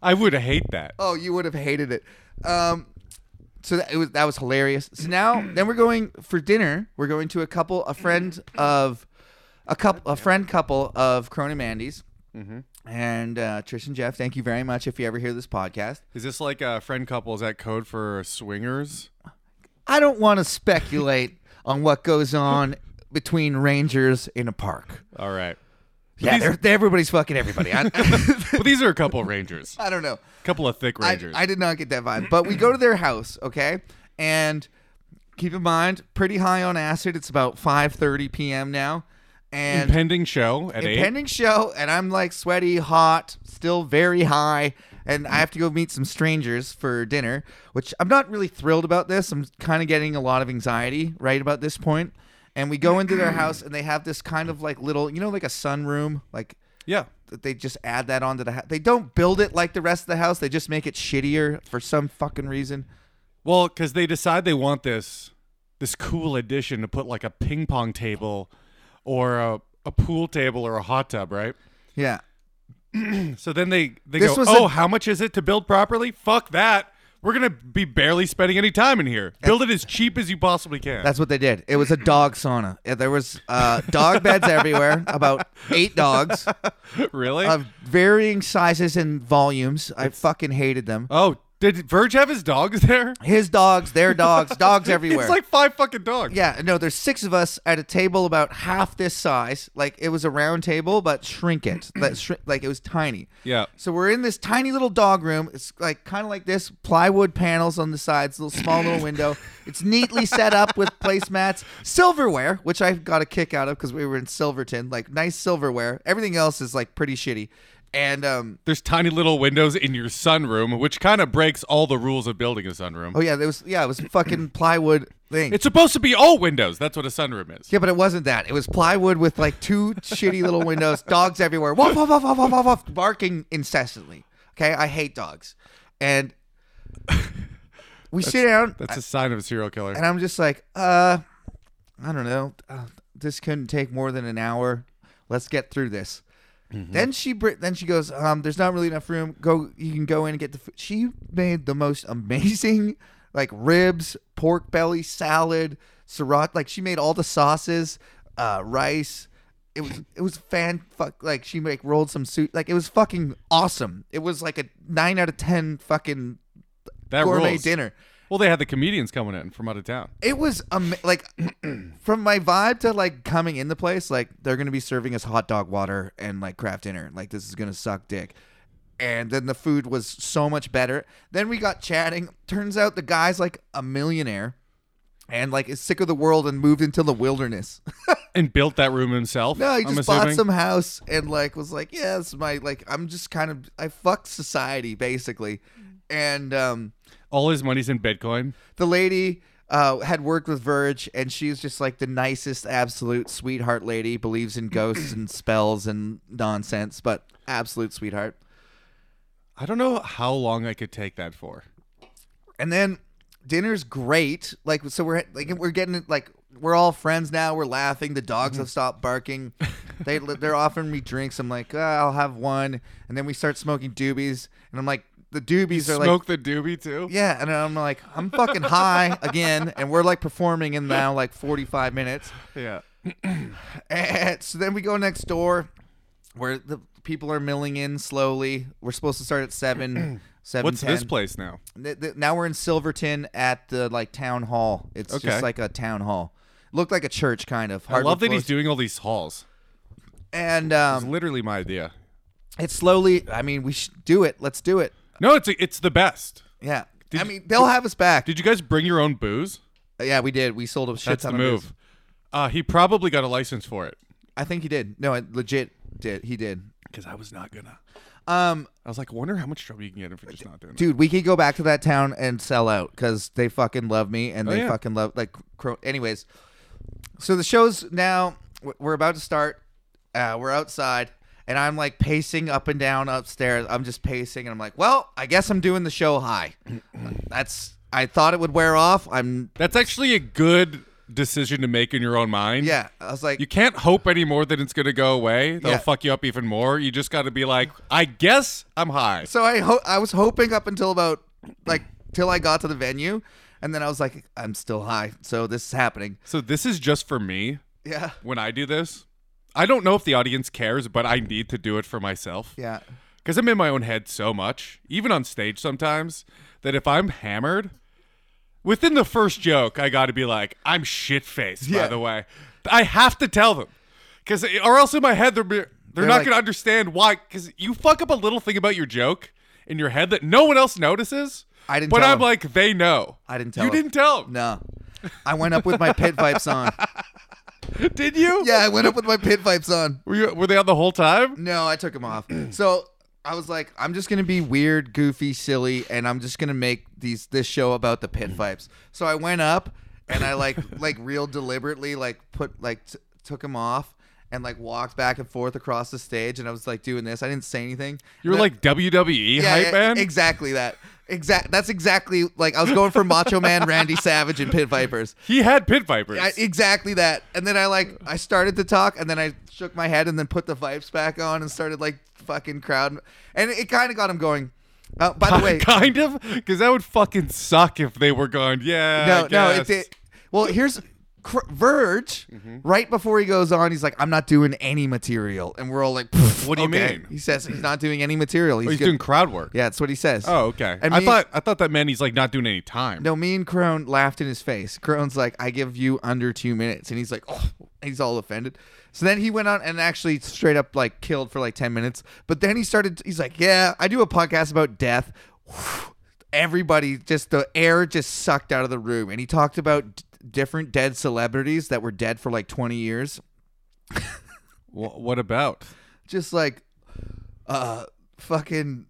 [SPEAKER 1] I would hate that.
[SPEAKER 2] oh, you would have hated it. Um, so that, it was that was hilarious. So now then we're going for dinner. We're going to a couple, a friend of a couple, a friend couple of Crone and Mandy's. And uh, Trish and Jeff, thank you very much if you ever hear this podcast.
[SPEAKER 1] Is this like a friend couple? Is that code for swingers?
[SPEAKER 2] I don't want to speculate on what goes on between rangers in a park.
[SPEAKER 1] All right.
[SPEAKER 2] Yeah,
[SPEAKER 1] These-
[SPEAKER 2] they're, they're- everybody's fucking everybody. I, *laughs*
[SPEAKER 1] Well, these are a couple rangers.
[SPEAKER 2] I don't know.
[SPEAKER 1] A couple of thick
[SPEAKER 2] I,
[SPEAKER 1] rangers.
[SPEAKER 2] I did not get that vibe. But we go to their house, okay? And keep in mind, pretty high on acid. It's about 5.30 p.m. now. And
[SPEAKER 1] Pending show at eight.
[SPEAKER 2] impending show, and I'm like sweaty, hot, still very high, and I have to go meet some strangers for dinner, which I'm not really thrilled about this. I'm kind of getting a lot of anxiety right about this point. And we go into their house, and they have this kind of like little, you know, like a sunroom, like
[SPEAKER 1] yeah.
[SPEAKER 2] that they just add that onto the house. They don't build it like the rest of the house. They just make it shittier for some fucking reason.
[SPEAKER 1] Well, because they decide they want this this cool addition to put like a ping pong table or a, a pool table or a hot tub, right?
[SPEAKER 2] Yeah.
[SPEAKER 1] So then they they
[SPEAKER 2] This
[SPEAKER 1] go,
[SPEAKER 2] was
[SPEAKER 1] oh,
[SPEAKER 2] a-
[SPEAKER 1] how much is it to build properly? Fuck that. We're gonna be barely spending any time in here. Build it as cheap as you possibly can.
[SPEAKER 2] That's what they did. It was a dog sauna. Yeah, There was uh, dog beds everywhere, about eight dogs
[SPEAKER 1] *laughs* really?
[SPEAKER 2] of varying sizes and volumes. I fucking hated them.
[SPEAKER 1] oh, did Verge have his dogs there? *laughs*
[SPEAKER 2] His dogs, their dogs, dogs everywhere.
[SPEAKER 1] It's like five fucking dogs.
[SPEAKER 2] yeah, no, there's six of us at a table about half this size. Like it was a round table, but shrink it. That shrink, like it was tiny.
[SPEAKER 1] Yeah.
[SPEAKER 2] So we're in this tiny little dog room. It's like kind of like this plywood panels on the sides, little small little window. It's neatly set up with placemats, silverware, which I got a kick out of because we were in Silverton. Like nice silverware. Everything else is like pretty shitty. And um,
[SPEAKER 1] There's tiny little windows in your sunroom, which kind of breaks all the rules of building a sunroom.
[SPEAKER 2] oh yeah, there was yeah, it was a fucking plywood thing.
[SPEAKER 1] It's supposed to be all windows. That's what a sunroom is.
[SPEAKER 2] yeah, but it wasn't that. It was plywood with like two shitty little windows, dogs everywhere, woof, woof, woof, woof, woof, woof, woof, barking incessantly. Okay, I hate dogs, and we sit down.
[SPEAKER 1] That's a sign of a serial killer.
[SPEAKER 2] and I'm just like, uh, I don't know. Uh, this couldn't take more than an hour. Let's get through this.
[SPEAKER 1] Mm-hmm.
[SPEAKER 2] Then she br- then she goes, um, there's not really enough room. Go, you can go in and get the food. She made the most *laughs* amazing, like ribs, pork belly salad, sriracha. Like she made all the sauces, uh, rice. It was it was fan fuck like she like rolled some soup like it was fucking awesome. It was like a nine out of ten fucking
[SPEAKER 1] that
[SPEAKER 2] gourmet
[SPEAKER 1] rules.
[SPEAKER 2] dinner.
[SPEAKER 1] Well, they had the comedians coming in from out of town.
[SPEAKER 2] It was um like *clears throat* from my vibe to like coming in the place, like they're gonna be serving us hot dog water and like craft dinner. Like this is gonna suck dick. And then the food was so much better. Then we got chatting. Turns out the guy's like a millionaire and like is sick of the world and moved into the wilderness. *laughs*
[SPEAKER 1] And built that room himself.
[SPEAKER 2] No, he
[SPEAKER 1] I'm
[SPEAKER 2] just bought
[SPEAKER 1] assuming.
[SPEAKER 2] some house and like was like, yeah, it's my like I'm just kind of I fucked society basically. And um
[SPEAKER 1] All his money's in Bitcoin.
[SPEAKER 2] the lady uh, had worked with Verge, and she's just like the nicest, absolute sweetheart lady. Believes in ghosts and spells and nonsense, but absolute sweetheart.
[SPEAKER 1] I don't know how long I could take that for.
[SPEAKER 2] And then dinner's great. Like so, we're like we're getting like we're all friends now. We're laughing. The dogs have stopped barking. They they're offering me drinks. I'm like, "Ah, I'll have one, and then we start smoking doobies, and I'm like, the doobies are like
[SPEAKER 1] Smoke the doobie too.
[SPEAKER 2] yeah, and I'm like I'm fucking high again, and we're like performing in now like 45 minutes.
[SPEAKER 1] Yeah.
[SPEAKER 2] And *laughs* so then we go next door, where the people are milling in slowly. We're supposed to start at
[SPEAKER 1] *clears throat*
[SPEAKER 2] seven. Seven.
[SPEAKER 1] What's this place now?
[SPEAKER 2] Th- th- now we're in Silverton at the like town hall. It's
[SPEAKER 1] Okay.
[SPEAKER 2] just like a town hall. Looked like a church kind of.
[SPEAKER 1] I love
[SPEAKER 2] hardwood
[SPEAKER 1] that he's
[SPEAKER 2] floors.
[SPEAKER 1] doing all these halls.
[SPEAKER 2] And
[SPEAKER 1] It's
[SPEAKER 2] um,
[SPEAKER 1] literally my idea.
[SPEAKER 2] it's slowly. I mean, we should do it. Let's do it.
[SPEAKER 1] No, it's it's the best.
[SPEAKER 2] Yeah.
[SPEAKER 1] Did
[SPEAKER 2] I
[SPEAKER 1] you-
[SPEAKER 2] mean, they'll have us back.
[SPEAKER 1] Did you guys bring your own booze?
[SPEAKER 2] yeah, we did. We sold a shit
[SPEAKER 1] That's the
[SPEAKER 2] ton of
[SPEAKER 1] move.
[SPEAKER 2] booze.
[SPEAKER 1] Uh, he probably got a license for it.
[SPEAKER 2] I think he did. No, it legit did. He did.
[SPEAKER 1] Because I was not gonna.
[SPEAKER 2] Um,
[SPEAKER 1] I was like, I wonder how much trouble you can get if you're just not doing it.
[SPEAKER 2] dude, we could go back to that town and sell out because they fucking love me and
[SPEAKER 1] Oh,
[SPEAKER 2] they
[SPEAKER 1] yeah.
[SPEAKER 2] fucking love like. Cro- Anyways, so the show's now. w- We're about to start. Uh, we're outside, and I'm like pacing up and down upstairs. I'm just pacing, and I'm like, well, I guess I'm doing the show
[SPEAKER 1] *clears throat*
[SPEAKER 2] high. That's. I thought it would wear off. I'm.
[SPEAKER 1] That's actually a good decision to make in your own mind.
[SPEAKER 2] Yeah, I was like,
[SPEAKER 1] You can't hope anymore that it's gonna go away. That'll
[SPEAKER 2] Yeah.
[SPEAKER 1] fuck you up even more. You just gotta be like, I guess I'm high.
[SPEAKER 2] So I ho- I was hoping up until about like till I got to the venue, and then I was like, I'm still high, so this is happening.
[SPEAKER 1] So this is just for me.
[SPEAKER 2] Yeah,
[SPEAKER 1] when I do this. I don't know if the audience cares, but I need to do it for myself.
[SPEAKER 2] yeah,
[SPEAKER 1] Because I'm in my own head so much, even on stage sometimes, that if I'm hammered, within the first joke, I got to be like, I'm shit faced, by
[SPEAKER 2] Yeah.
[SPEAKER 1] the way. I have to tell them. Because, or else in my head, they're, be- they're, not
[SPEAKER 2] like-
[SPEAKER 1] going to understand why. Because you fuck up a little thing about your joke in your head that no one else notices.
[SPEAKER 2] I didn't
[SPEAKER 1] But
[SPEAKER 2] tell
[SPEAKER 1] I'm
[SPEAKER 2] them.
[SPEAKER 1] like, they know.
[SPEAKER 2] I didn't tell
[SPEAKER 1] You
[SPEAKER 2] them.
[SPEAKER 1] didn't tell 'em.
[SPEAKER 2] no. I went up with my pit vipes on.
[SPEAKER 1] Did you?
[SPEAKER 2] Yeah, I went up with my pit vipes on.
[SPEAKER 1] Were, you, were they on the whole time?
[SPEAKER 2] No, I took them off. So I was like, I'm just gonna be weird, goofy, silly, and I'm just gonna make these this show about the pit vipes. So I went up and I
[SPEAKER 1] *laughs*
[SPEAKER 2] like like real deliberately like put like t- took them off and like walked back and forth across the stage, and I was like doing this. I didn't say anything.
[SPEAKER 1] You were
[SPEAKER 2] And then-
[SPEAKER 1] like WWE hype man?
[SPEAKER 2] Exactly that. Exact. That's exactly like I was going for Macho Man, Randy Savage, and Pit Vipers.
[SPEAKER 1] He had pit vipers.
[SPEAKER 2] I, exactly that. And then I like I started to talk, and then I shook my head, and then put the vipes back on, and started like fucking crowd, and it kind of got him going. Uh, by the way,
[SPEAKER 1] kind of, because that would fucking suck if they were going. Yeah,
[SPEAKER 2] no,
[SPEAKER 1] I
[SPEAKER 2] no, it
[SPEAKER 1] guess." Mm-hmm.
[SPEAKER 2] did. Well, here's Cr- Verge. Right before he goes on, he's like, "I'm not doing any material," and we're all like,
[SPEAKER 1] What do you
[SPEAKER 2] "Okay."
[SPEAKER 1] mean?
[SPEAKER 2] He says he's not doing any material. He's,
[SPEAKER 1] Oh, he's
[SPEAKER 2] good-
[SPEAKER 1] doing crowd work.
[SPEAKER 2] Yeah, that's what he says.
[SPEAKER 1] Oh, okay.
[SPEAKER 2] And
[SPEAKER 1] I
[SPEAKER 2] me-
[SPEAKER 1] thought I thought that meant he's like not doing any time.
[SPEAKER 2] No, me and Crone laughed in his face. Crone's like, I give you under two minutes. And he's like, oh, he's all offended. So then he went on and actually straight up like killed for like 10 minutes. But then he started, he's like, yeah, I do a podcast about death. *sighs* Everybody, just the air just sucked out of the room. And he talked about d- different dead celebrities that were dead for like 20 years.
[SPEAKER 1] Wh- what about?
[SPEAKER 2] Just like, uh, fucking.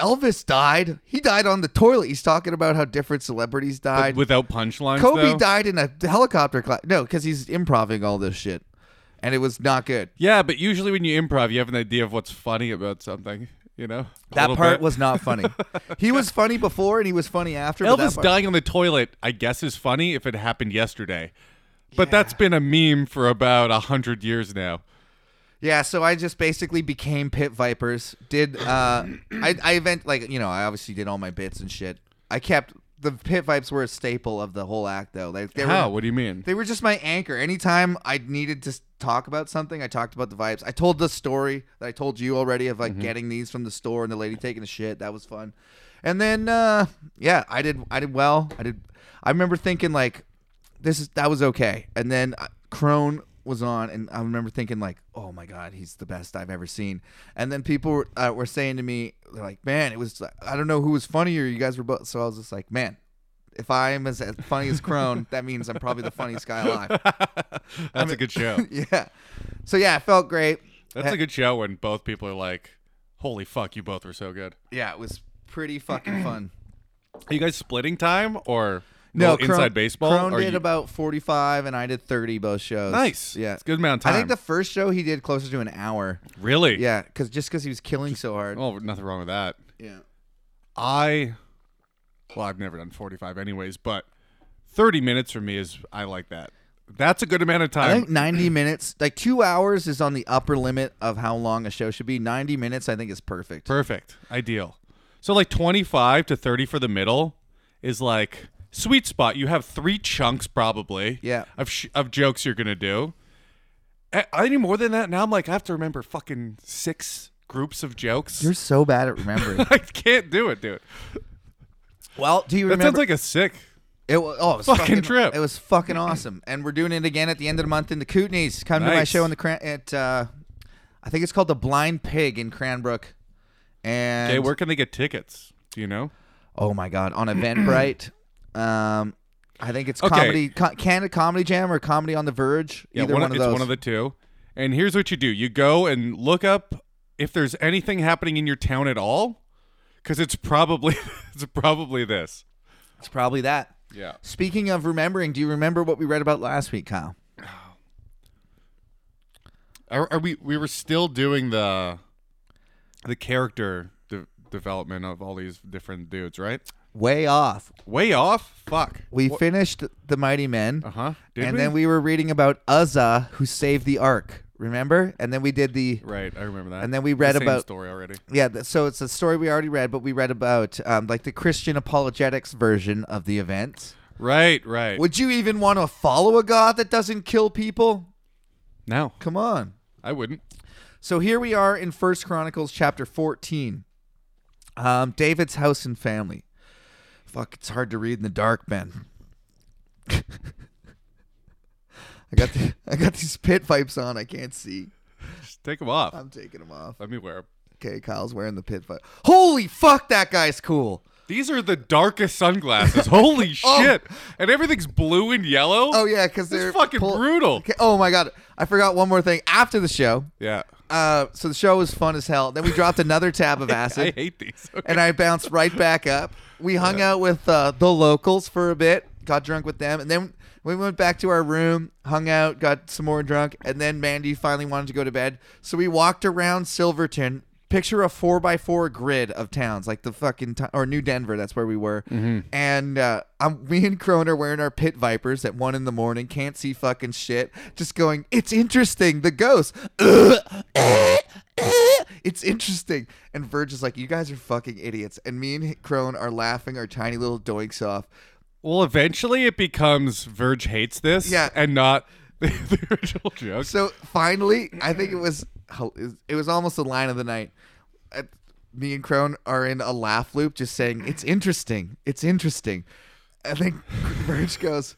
[SPEAKER 2] Elvis died. He died on the toilet. He's talking about how different celebrities died.
[SPEAKER 1] Without punchlines,
[SPEAKER 2] Kobe
[SPEAKER 1] though?
[SPEAKER 2] died in a helicopter crash. No, because he's improving all this shit, and it was not good.
[SPEAKER 1] Yeah, but usually when you improv, you have an idea of what's funny about something. You know, A
[SPEAKER 2] That
[SPEAKER 1] little
[SPEAKER 2] part
[SPEAKER 1] bit.
[SPEAKER 2] was not
[SPEAKER 1] *laughs*
[SPEAKER 2] funny. he was funny before, and he was funny after. but that
[SPEAKER 1] Elvis
[SPEAKER 2] part-
[SPEAKER 1] dying on the toilet. I guess is funny if it happened yesterday, but that's been a meme for about a hundred years now.
[SPEAKER 2] Yeah, so I just basically became Pit Vipers. Did uh, I? I event like you know I obviously did all my bits and shit. I kept the Pit Vipes were a staple of the whole act though. Like they
[SPEAKER 1] How?
[SPEAKER 2] were
[SPEAKER 1] What do you mean?
[SPEAKER 2] They were just my anchor. Anytime I needed to s- talk about something, I talked about the vibes. I told the story that I told you already of like getting these from the store and the lady taking a shit. That was fun. And then uh yeah, I did I did well. I did I remember thinking like this is that was okay. And then uh, Crone was on and I remember thinking like, "Oh my god, he's the best I've ever seen." And then people were, uh, were saying to me they're like, "Man, it was I don't know who was funnier. You guys were both." So I was just like, "Man, if I'm as as funny as
[SPEAKER 1] *laughs*
[SPEAKER 2] Crone, that means I'm probably the funniest guy alive.
[SPEAKER 1] that's a good show.
[SPEAKER 2] yeah. So yeah, it felt great.
[SPEAKER 1] That's a good show when both people are like, "Holy fuck, you both were so good."
[SPEAKER 2] Yeah, it was pretty fucking
[SPEAKER 1] *clears throat*
[SPEAKER 2] fun.
[SPEAKER 1] Are you guys splitting time or
[SPEAKER 2] No,
[SPEAKER 1] little
[SPEAKER 2] Crone,
[SPEAKER 1] inside baseball?
[SPEAKER 2] Crone
[SPEAKER 1] Are
[SPEAKER 2] did
[SPEAKER 1] you-
[SPEAKER 2] about 45, and I did 30 both shows.
[SPEAKER 1] nice.
[SPEAKER 2] Yeah.
[SPEAKER 1] it's a good amount of
[SPEAKER 2] I
[SPEAKER 1] time.
[SPEAKER 2] think the first show he did closer to an hour.
[SPEAKER 1] really.
[SPEAKER 2] Yeah, because just because he was killing so hard.
[SPEAKER 1] Oh, nothing wrong with that.
[SPEAKER 2] Yeah.
[SPEAKER 1] I, well, I've never done forty-five, anyways, but thirty minutes for me is I like that. That's a good amount of
[SPEAKER 2] I
[SPEAKER 1] time.
[SPEAKER 2] think 90 *clears throat* minutes, like two hours, is on the upper limit of how long a show should be. 90 minutes, I think, is perfect.
[SPEAKER 1] Perfect. Ideal. So like 25 to 30 for the middle is like sweet spot. You have three chunks probably.
[SPEAKER 2] Yeah.
[SPEAKER 1] Of sh- of jokes you're gonna do. I, I need more than that now. I'm like I have to remember fucking six groups of jokes.
[SPEAKER 2] You're so bad at remembering.
[SPEAKER 1] *laughs* I can't do it, dude.
[SPEAKER 2] well, do you
[SPEAKER 1] That
[SPEAKER 2] remember?
[SPEAKER 1] sounds like a sick.
[SPEAKER 2] it was, oh, it was
[SPEAKER 1] fucking trip.
[SPEAKER 2] It was fucking awesome, and we're doing it again at the end of the month in the Kootenays. Come to my
[SPEAKER 1] Nice.
[SPEAKER 2] show in the Cran- at uh, I think it's called the Blind Pig in Cranbrook. And
[SPEAKER 1] Hey, where can they get tickets? Do you know?
[SPEAKER 2] Oh my god, on Eventbrite. *clears throat* um I think it's
[SPEAKER 1] Okay.
[SPEAKER 2] comedy co- Canada Comedy Jam or Comedy on the Verge.
[SPEAKER 1] Yeah,
[SPEAKER 2] Either
[SPEAKER 1] one,
[SPEAKER 2] one,
[SPEAKER 1] of-
[SPEAKER 2] of
[SPEAKER 1] it's
[SPEAKER 2] those.
[SPEAKER 1] one of the two. And here's what you do: you go and look up if there's anything happening in your town at all, because it's probably *laughs* it's probably this.
[SPEAKER 2] it's probably that.
[SPEAKER 1] Yeah.
[SPEAKER 2] Speaking of remembering, do you remember what we read about last week, Kyle?
[SPEAKER 1] Are, are we we were still doing the the character de- development of all these different dudes, right?
[SPEAKER 2] Way off.
[SPEAKER 1] Way off. Fuck.
[SPEAKER 2] We finished The Mighty Men.
[SPEAKER 1] Uh huh.
[SPEAKER 2] and then we were reading about Uzzah who saved the ark, remember? And then we did the
[SPEAKER 1] right. I remember that.
[SPEAKER 2] And then we
[SPEAKER 1] The
[SPEAKER 2] read
[SPEAKER 1] same
[SPEAKER 2] about-
[SPEAKER 1] story already.
[SPEAKER 2] Yeah, th- so it's a story we already read, but we read about um, like the Christian apologetics version of the event.
[SPEAKER 1] Right. Right.
[SPEAKER 2] Would you even want to follow a god that doesn't kill people?
[SPEAKER 1] no,
[SPEAKER 2] Come on.
[SPEAKER 1] I wouldn't.
[SPEAKER 2] So here we are in First Chronicles chapter 14. Um, David's house and family. Fuck, it's hard to read in the dark, Ben. *laughs* I got the, I got these pit pipes on. I can't see.
[SPEAKER 1] Just take them off.
[SPEAKER 2] I'm taking them off.
[SPEAKER 1] Let me wear 'em.
[SPEAKER 2] Okay, Kyle's wearing the pit pipe. Holy fuck, that guy's cool.
[SPEAKER 1] These are the
[SPEAKER 2] *laughs*
[SPEAKER 1] darkest sunglasses. Holy shit! And everything's blue and yellow.
[SPEAKER 2] Oh yeah, because
[SPEAKER 1] This
[SPEAKER 2] they're
[SPEAKER 1] is fucking
[SPEAKER 2] pull-
[SPEAKER 1] brutal.
[SPEAKER 2] Okay, oh my god, I forgot one more thing. After the show,
[SPEAKER 1] Yeah,
[SPEAKER 2] uh, so the show was fun as hell. Then we dropped another tab
[SPEAKER 1] *laughs*
[SPEAKER 2] of acid.
[SPEAKER 1] I hate these. Okay.
[SPEAKER 2] and I bounced right back up. We hung out with uh, the locals for a bit, got drunk with them, and then we went back to our room, hung out, got some more drunk, and then Mandy finally wanted to go to bed. So we walked around Silverton. Picture a four by four grid of towns, like the fucking to- or New Denver. That's where we were, and uh, I'm, me and Crone are wearing our pit vipers at one in the morning. Can't see fucking shit. Just going. It's interesting. The *laughs* ghost. it's interesting. And Verge is like, you guys are fucking idiots. And me and Crone are laughing our tiny little doinks off.
[SPEAKER 1] well, eventually it becomes Verge hates this.
[SPEAKER 2] Yeah.
[SPEAKER 1] and not *laughs* the, original joke.
[SPEAKER 2] So finally, I think it was it was almost the line of the night. Uh, Me and Crone are in a laugh loop, just saying, it's interesting. It's interesting. I think Verge goes,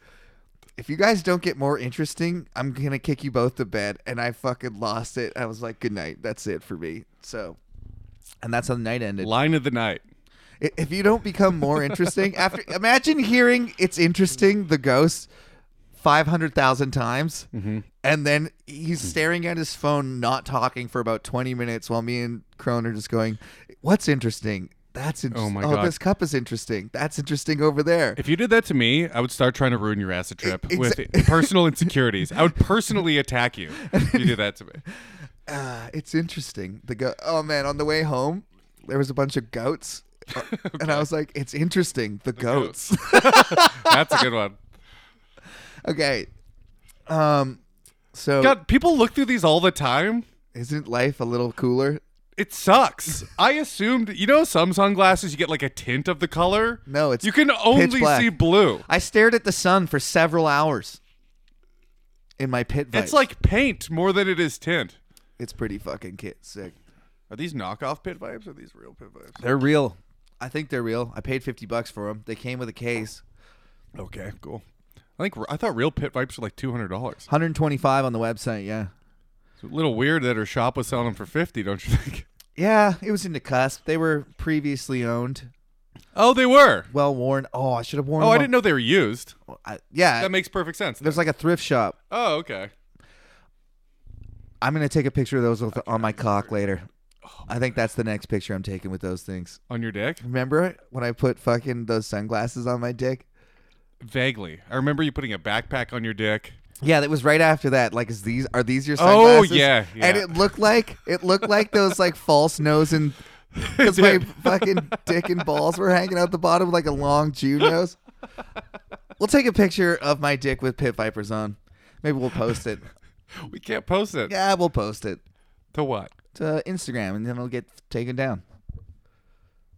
[SPEAKER 2] if you guys don't get more interesting, I'm going to kick you both to bed. And I fucking lost it. I was like, good night. That's it for me. So, and that's how the night ended.
[SPEAKER 1] Line of the night.
[SPEAKER 2] I- If you don't become more interesting after, imagine hearing it's interesting the ghost five hundred thousand times,
[SPEAKER 1] Mm-hmm.
[SPEAKER 2] and then he's staring at his phone, not talking for about twenty minutes, while me and Crone are just going, "What's interesting? That's interesting.
[SPEAKER 1] my
[SPEAKER 2] oh,
[SPEAKER 1] God.
[SPEAKER 2] this cup is interesting. That's interesting over there."
[SPEAKER 1] If you did that to me, I would start trying to ruin your acid trip
[SPEAKER 2] Ex-
[SPEAKER 1] with *laughs* personal insecurities. I would personally attack you if you did *laughs* that to me.
[SPEAKER 2] Ah, it's interesting. The go- Oh man, on the way home, there was a bunch of goats,
[SPEAKER 1] *laughs*
[SPEAKER 2] uh, and I was like, "It's interesting. The, goats. *laughs*
[SPEAKER 1] That's a good one.
[SPEAKER 2] Okay. Um. So
[SPEAKER 1] God, people look through these all the time.
[SPEAKER 2] isn't life a little cooler?
[SPEAKER 1] It sucks. I assumed you know some sunglasses you get like a tint of the color.
[SPEAKER 2] No, it's
[SPEAKER 1] you can
[SPEAKER 2] pitch
[SPEAKER 1] only
[SPEAKER 2] black.
[SPEAKER 1] see blue.
[SPEAKER 2] I stared at the sun for several hours in my pit.
[SPEAKER 1] It's
[SPEAKER 2] vipes.
[SPEAKER 1] like paint more than it is tint.
[SPEAKER 2] it's pretty fucking kid sick.
[SPEAKER 1] Are these knockoff pit vibes? Or are these real pit vibes?
[SPEAKER 2] They're real. I think they're real. I paid fifty bucks for them. They came with a case.
[SPEAKER 1] Okay, cool. I think I thought real pit vibes were like two hundred dollars.
[SPEAKER 2] One hundred twenty-five on the website. Yeah.
[SPEAKER 1] It's a little weird that her shop was selling them for fifty. Don't you think? *laughs*
[SPEAKER 2] Yeah, it was in the cusp. They were previously owned,
[SPEAKER 1] Oh, they were.
[SPEAKER 2] well worn. Oh, I should have worn.
[SPEAKER 1] Oh, I didn't know they were used.
[SPEAKER 2] know. I, yeah,
[SPEAKER 1] That makes perfect sense.
[SPEAKER 2] there's like a thrift shop.
[SPEAKER 1] oh, okay.
[SPEAKER 2] I'm gonna take a picture of those with, on my cock later.
[SPEAKER 1] Oh,
[SPEAKER 2] I think that's the next picture I'm taking with those things.
[SPEAKER 1] On your dick?
[SPEAKER 2] Remember when I put fucking those sunglasses on my dick?
[SPEAKER 1] Vaguely. I remember you putting a backpack on your dick. *gasps*
[SPEAKER 2] Yeah, that was right after that. Like, is these are these your
[SPEAKER 1] Oh,
[SPEAKER 2] sunglasses?
[SPEAKER 1] yeah, yeah.
[SPEAKER 2] And it looked like it looked like those like false nose
[SPEAKER 1] *laughs*
[SPEAKER 2] and because my
[SPEAKER 1] did.
[SPEAKER 2] fucking dick and balls were hanging out the bottom like a long Jew nose. We'll take a picture of my dick with pit vipers on. Maybe we'll post it.
[SPEAKER 1] We can't post it.
[SPEAKER 2] Yeah, we'll post it
[SPEAKER 1] To what?
[SPEAKER 2] to Instagram, and then it'll get taken down.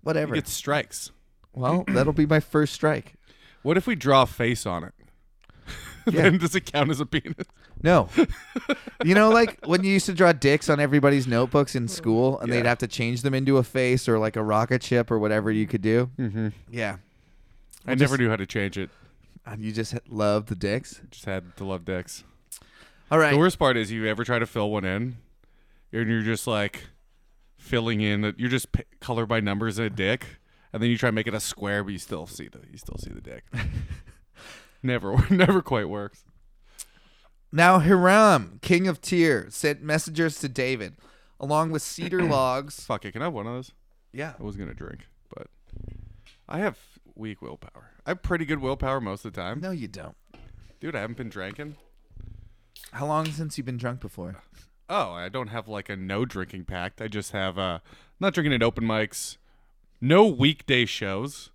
[SPEAKER 2] Whatever.
[SPEAKER 1] It strikes.
[SPEAKER 2] well, that'll be my first strike.
[SPEAKER 1] What if we draw a face on it? *laughs*
[SPEAKER 2] Yeah.
[SPEAKER 1] then does it count as a penis?
[SPEAKER 2] No. you know, like when you used to draw dicks on everybody's notebooks in school and they'd
[SPEAKER 1] Yeah.
[SPEAKER 2] have to change them into a face or like a rocket ship or whatever you could do. Mm-hmm. Yeah.
[SPEAKER 1] I never knew how to change it.
[SPEAKER 2] And you just love the dicks.
[SPEAKER 1] Just had to love dicks.
[SPEAKER 2] All right.
[SPEAKER 1] The worst part is you ever try to fill one in, and you're just like filling in. that You're just p- color by numbers in a dick, and then you try to make it a square, but you still see the you still see
[SPEAKER 2] *laughs*
[SPEAKER 1] the dick. never, *laughs* never quite works.
[SPEAKER 2] Now Hiram, king of Tyr, sent messengers to David along with
[SPEAKER 1] *clears throat*
[SPEAKER 2] cedar logs.
[SPEAKER 1] Fuck it. Can I have one of those?
[SPEAKER 2] Yeah.
[SPEAKER 1] I was gonna drink, but I have weak willpower. I have pretty good willpower most of the time,
[SPEAKER 2] No, you don't.
[SPEAKER 1] dude. I haven't been drinking.
[SPEAKER 2] How long since you've been drunk before?
[SPEAKER 1] Oh, I don't have like a no drinking pact. I just have uh not drinking at open mics, no weekday shows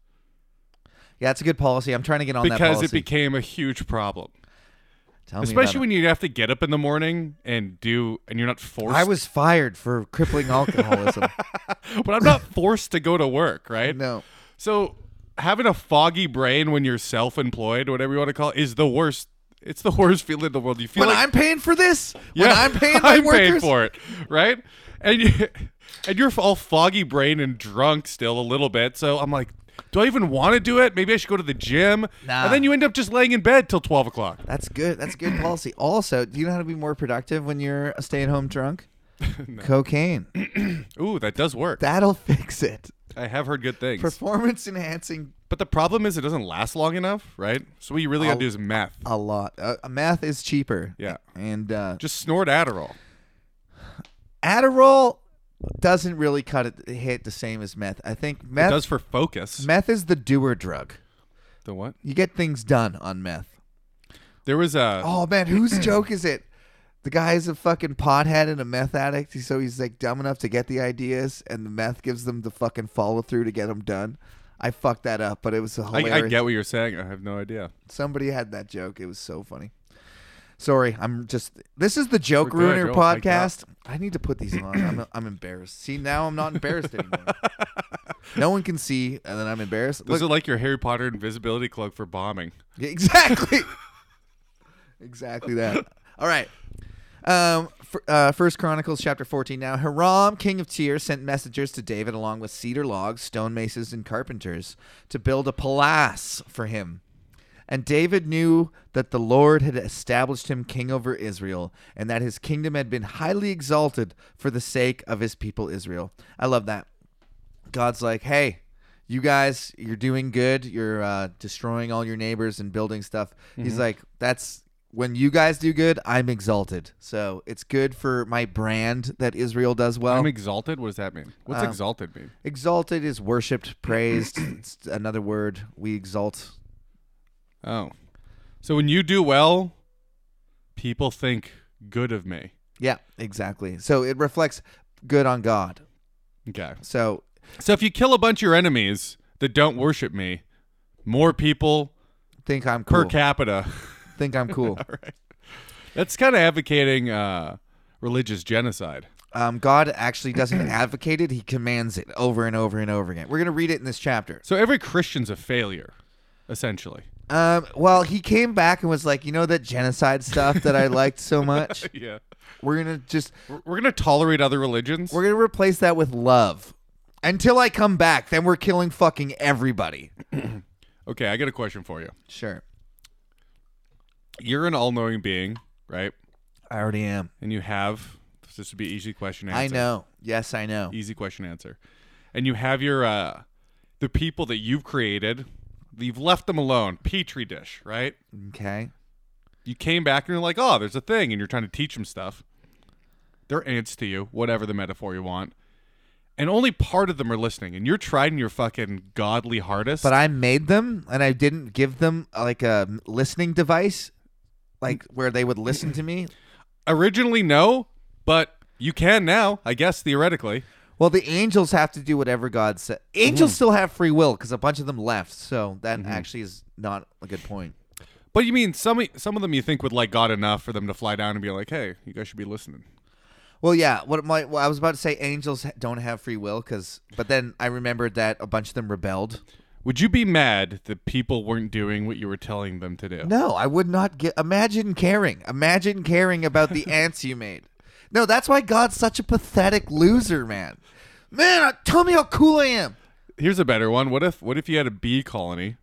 [SPEAKER 2] Yeah, that's a good policy. I'm trying to get on that
[SPEAKER 1] because
[SPEAKER 2] policy.
[SPEAKER 1] it became a huge problem.
[SPEAKER 2] Tell me about
[SPEAKER 1] Especially
[SPEAKER 2] it.
[SPEAKER 1] when you have to get up in the morning and do and you're not forced
[SPEAKER 2] I was fired for crippling alcoholism.
[SPEAKER 1] *laughs* but I'm not forced to go to work, right?
[SPEAKER 2] no.
[SPEAKER 1] So having a foggy brain when you're self employed, whatever you want to call it, is the worst it's the worst feeling in the world. You feel
[SPEAKER 2] When
[SPEAKER 1] like
[SPEAKER 2] I'm paying for this, when
[SPEAKER 1] Yeah,
[SPEAKER 2] I'm paying my
[SPEAKER 1] *laughs* I'm
[SPEAKER 2] workers,
[SPEAKER 1] for it, right? And you, and you're all foggy brain and drunk still a little bit. So I'm like, do I even want to do it? Maybe I should go to the gym.
[SPEAKER 2] Nah.
[SPEAKER 1] And then you end up just laying in bed till twelve o'clock.
[SPEAKER 2] That's good. That's
[SPEAKER 1] *coughs*
[SPEAKER 2] good policy. Also, do you know how to be more productive when you're a stay-at-home
[SPEAKER 1] *laughs*
[SPEAKER 2] drunk?
[SPEAKER 1] *coughs*
[SPEAKER 2] Cocaine.
[SPEAKER 1] Ooh, that does work.
[SPEAKER 2] That'll fix it.
[SPEAKER 1] I have heard good things.
[SPEAKER 2] Performance enhancing
[SPEAKER 1] but the problem is it doesn't last long enough, right? So what you really got
[SPEAKER 2] I'll-
[SPEAKER 1] to do is meth.
[SPEAKER 2] a lot. Oh, Uh, math is cheaper.
[SPEAKER 1] Yeah.
[SPEAKER 2] And uh,
[SPEAKER 1] just snort Adderall.
[SPEAKER 2] Adderall doesn't really cut it hit the same as meth. I think
[SPEAKER 1] It
[SPEAKER 2] meth
[SPEAKER 1] does for focus.
[SPEAKER 2] meth is the doer drug.
[SPEAKER 1] the what?
[SPEAKER 2] You get things done on meth.
[SPEAKER 1] There was a
[SPEAKER 2] Oh man,
[SPEAKER 1] *clears throat*
[SPEAKER 2] whose joke is it? The guy is a fucking pothead and a meth addict, so he's like dumb enough to get the ideas, and the meth gives them the fucking follow through to get them done. I fucked that up, but it was
[SPEAKER 1] I-
[SPEAKER 2] hilarious.
[SPEAKER 1] I get what you're saying. I have no idea.
[SPEAKER 2] Somebody had that joke. It was so funny. Sorry, I'm just. This is the joke
[SPEAKER 1] We're good,
[SPEAKER 2] ruiner
[SPEAKER 1] we're all hyped
[SPEAKER 2] podcast. I need to put these on. I'm, I'm embarrassed. See, now I'm not embarrassed
[SPEAKER 1] *laughs*
[SPEAKER 2] anymore. no one can see, and then I'm embarrassed. Look,
[SPEAKER 1] This is like your Harry Potter invisibility cloak for bombing.
[SPEAKER 2] exactly, *laughs* exactly that. All right. Um, fir- uh, First Chronicles chapter fourteen. Now Hiram, king of Tyre, sent messengers to David along with cedar logs, stonemasons, and carpenters to build a palace for him. And David knew that the Lord had established him king over Israel, and that his kingdom had been highly exalted for the sake of his people Israel. I love that. God's like, hey, you guys, you're doing good. You're uh, destroying all your neighbors and building stuff.
[SPEAKER 1] Mm-hmm.
[SPEAKER 2] He's like, that's when you guys do good, I'm exalted. So it's good for my brand that Israel does well.
[SPEAKER 1] I'm exalted. What does that mean? What's
[SPEAKER 2] Oh.
[SPEAKER 1] exalted mean?
[SPEAKER 2] exalted is
[SPEAKER 1] *clears throat*
[SPEAKER 2] worshipped, praised. it's another word. We exalt.
[SPEAKER 1] Oh, so when you do well, people think good of me.
[SPEAKER 2] Yeah, exactly. So it reflects good on God.
[SPEAKER 1] Okay.
[SPEAKER 2] So
[SPEAKER 1] So if you kill a bunch of your enemies that don't worship me, more people
[SPEAKER 2] think I'm
[SPEAKER 1] per
[SPEAKER 2] cool.
[SPEAKER 1] capita. *laughs*
[SPEAKER 2] think I'm cool.
[SPEAKER 1] That's kind of advocating uh, religious genocide.
[SPEAKER 2] Um, God actually doesn't advocate it; He commands it over and over and over again. We're gonna read it in this chapter.
[SPEAKER 1] So every Christian's a failure, essentially.
[SPEAKER 2] Um, well, he came back and was like, you know that genocide stuff that I liked so much.
[SPEAKER 1] Yeah.
[SPEAKER 2] We're gonna just
[SPEAKER 1] We're, we're gonna tolerate other religions.
[SPEAKER 2] we're gonna replace that with love. Until I come back, then we're killing fucking everybody.
[SPEAKER 1] okay, I got a question for you.
[SPEAKER 2] Sure,
[SPEAKER 1] You're an all-knowing being, right?
[SPEAKER 2] I already am.
[SPEAKER 1] and you have this would be easy question answer.
[SPEAKER 2] I know. Yes, I know.
[SPEAKER 1] Easy question answer. And you have your uh the people that you've created, you've left them alone, petri dish, right?
[SPEAKER 2] Okay.
[SPEAKER 1] You came back and you're like, "Oh, there's a thing," and you're trying to teach them stuff. They're ants to you, whatever the metaphor you want. And only part of them are listening, and you're trying your fucking godly hardest.
[SPEAKER 2] But I made them, and I didn't give them uh, like a listening device, like where they would listen to me.
[SPEAKER 1] originally no, but you can now, I guess theoretically.
[SPEAKER 2] Well, the angels have to do whatever God said. Angels still have free will because a bunch of them left. So that actually is not a good point.
[SPEAKER 1] But you mean some some of them you think would like God enough for them to fly down and be like, "Hey, you guys should be listening."
[SPEAKER 2] Well, yeah. What my well, I was about to say, angels don't have free will, because but then I remembered that a bunch of them rebelled.
[SPEAKER 1] Would you be mad that people weren't doing what you were telling them to do?
[SPEAKER 2] No, I would not get. Imagine caring. Imagine caring about
[SPEAKER 1] *laughs*
[SPEAKER 2] the ants you made. No, that's why God's such a pathetic loser, man. Man, uh, tell me how cool I am.
[SPEAKER 1] Here's a better one. What if what if you had a bee colony,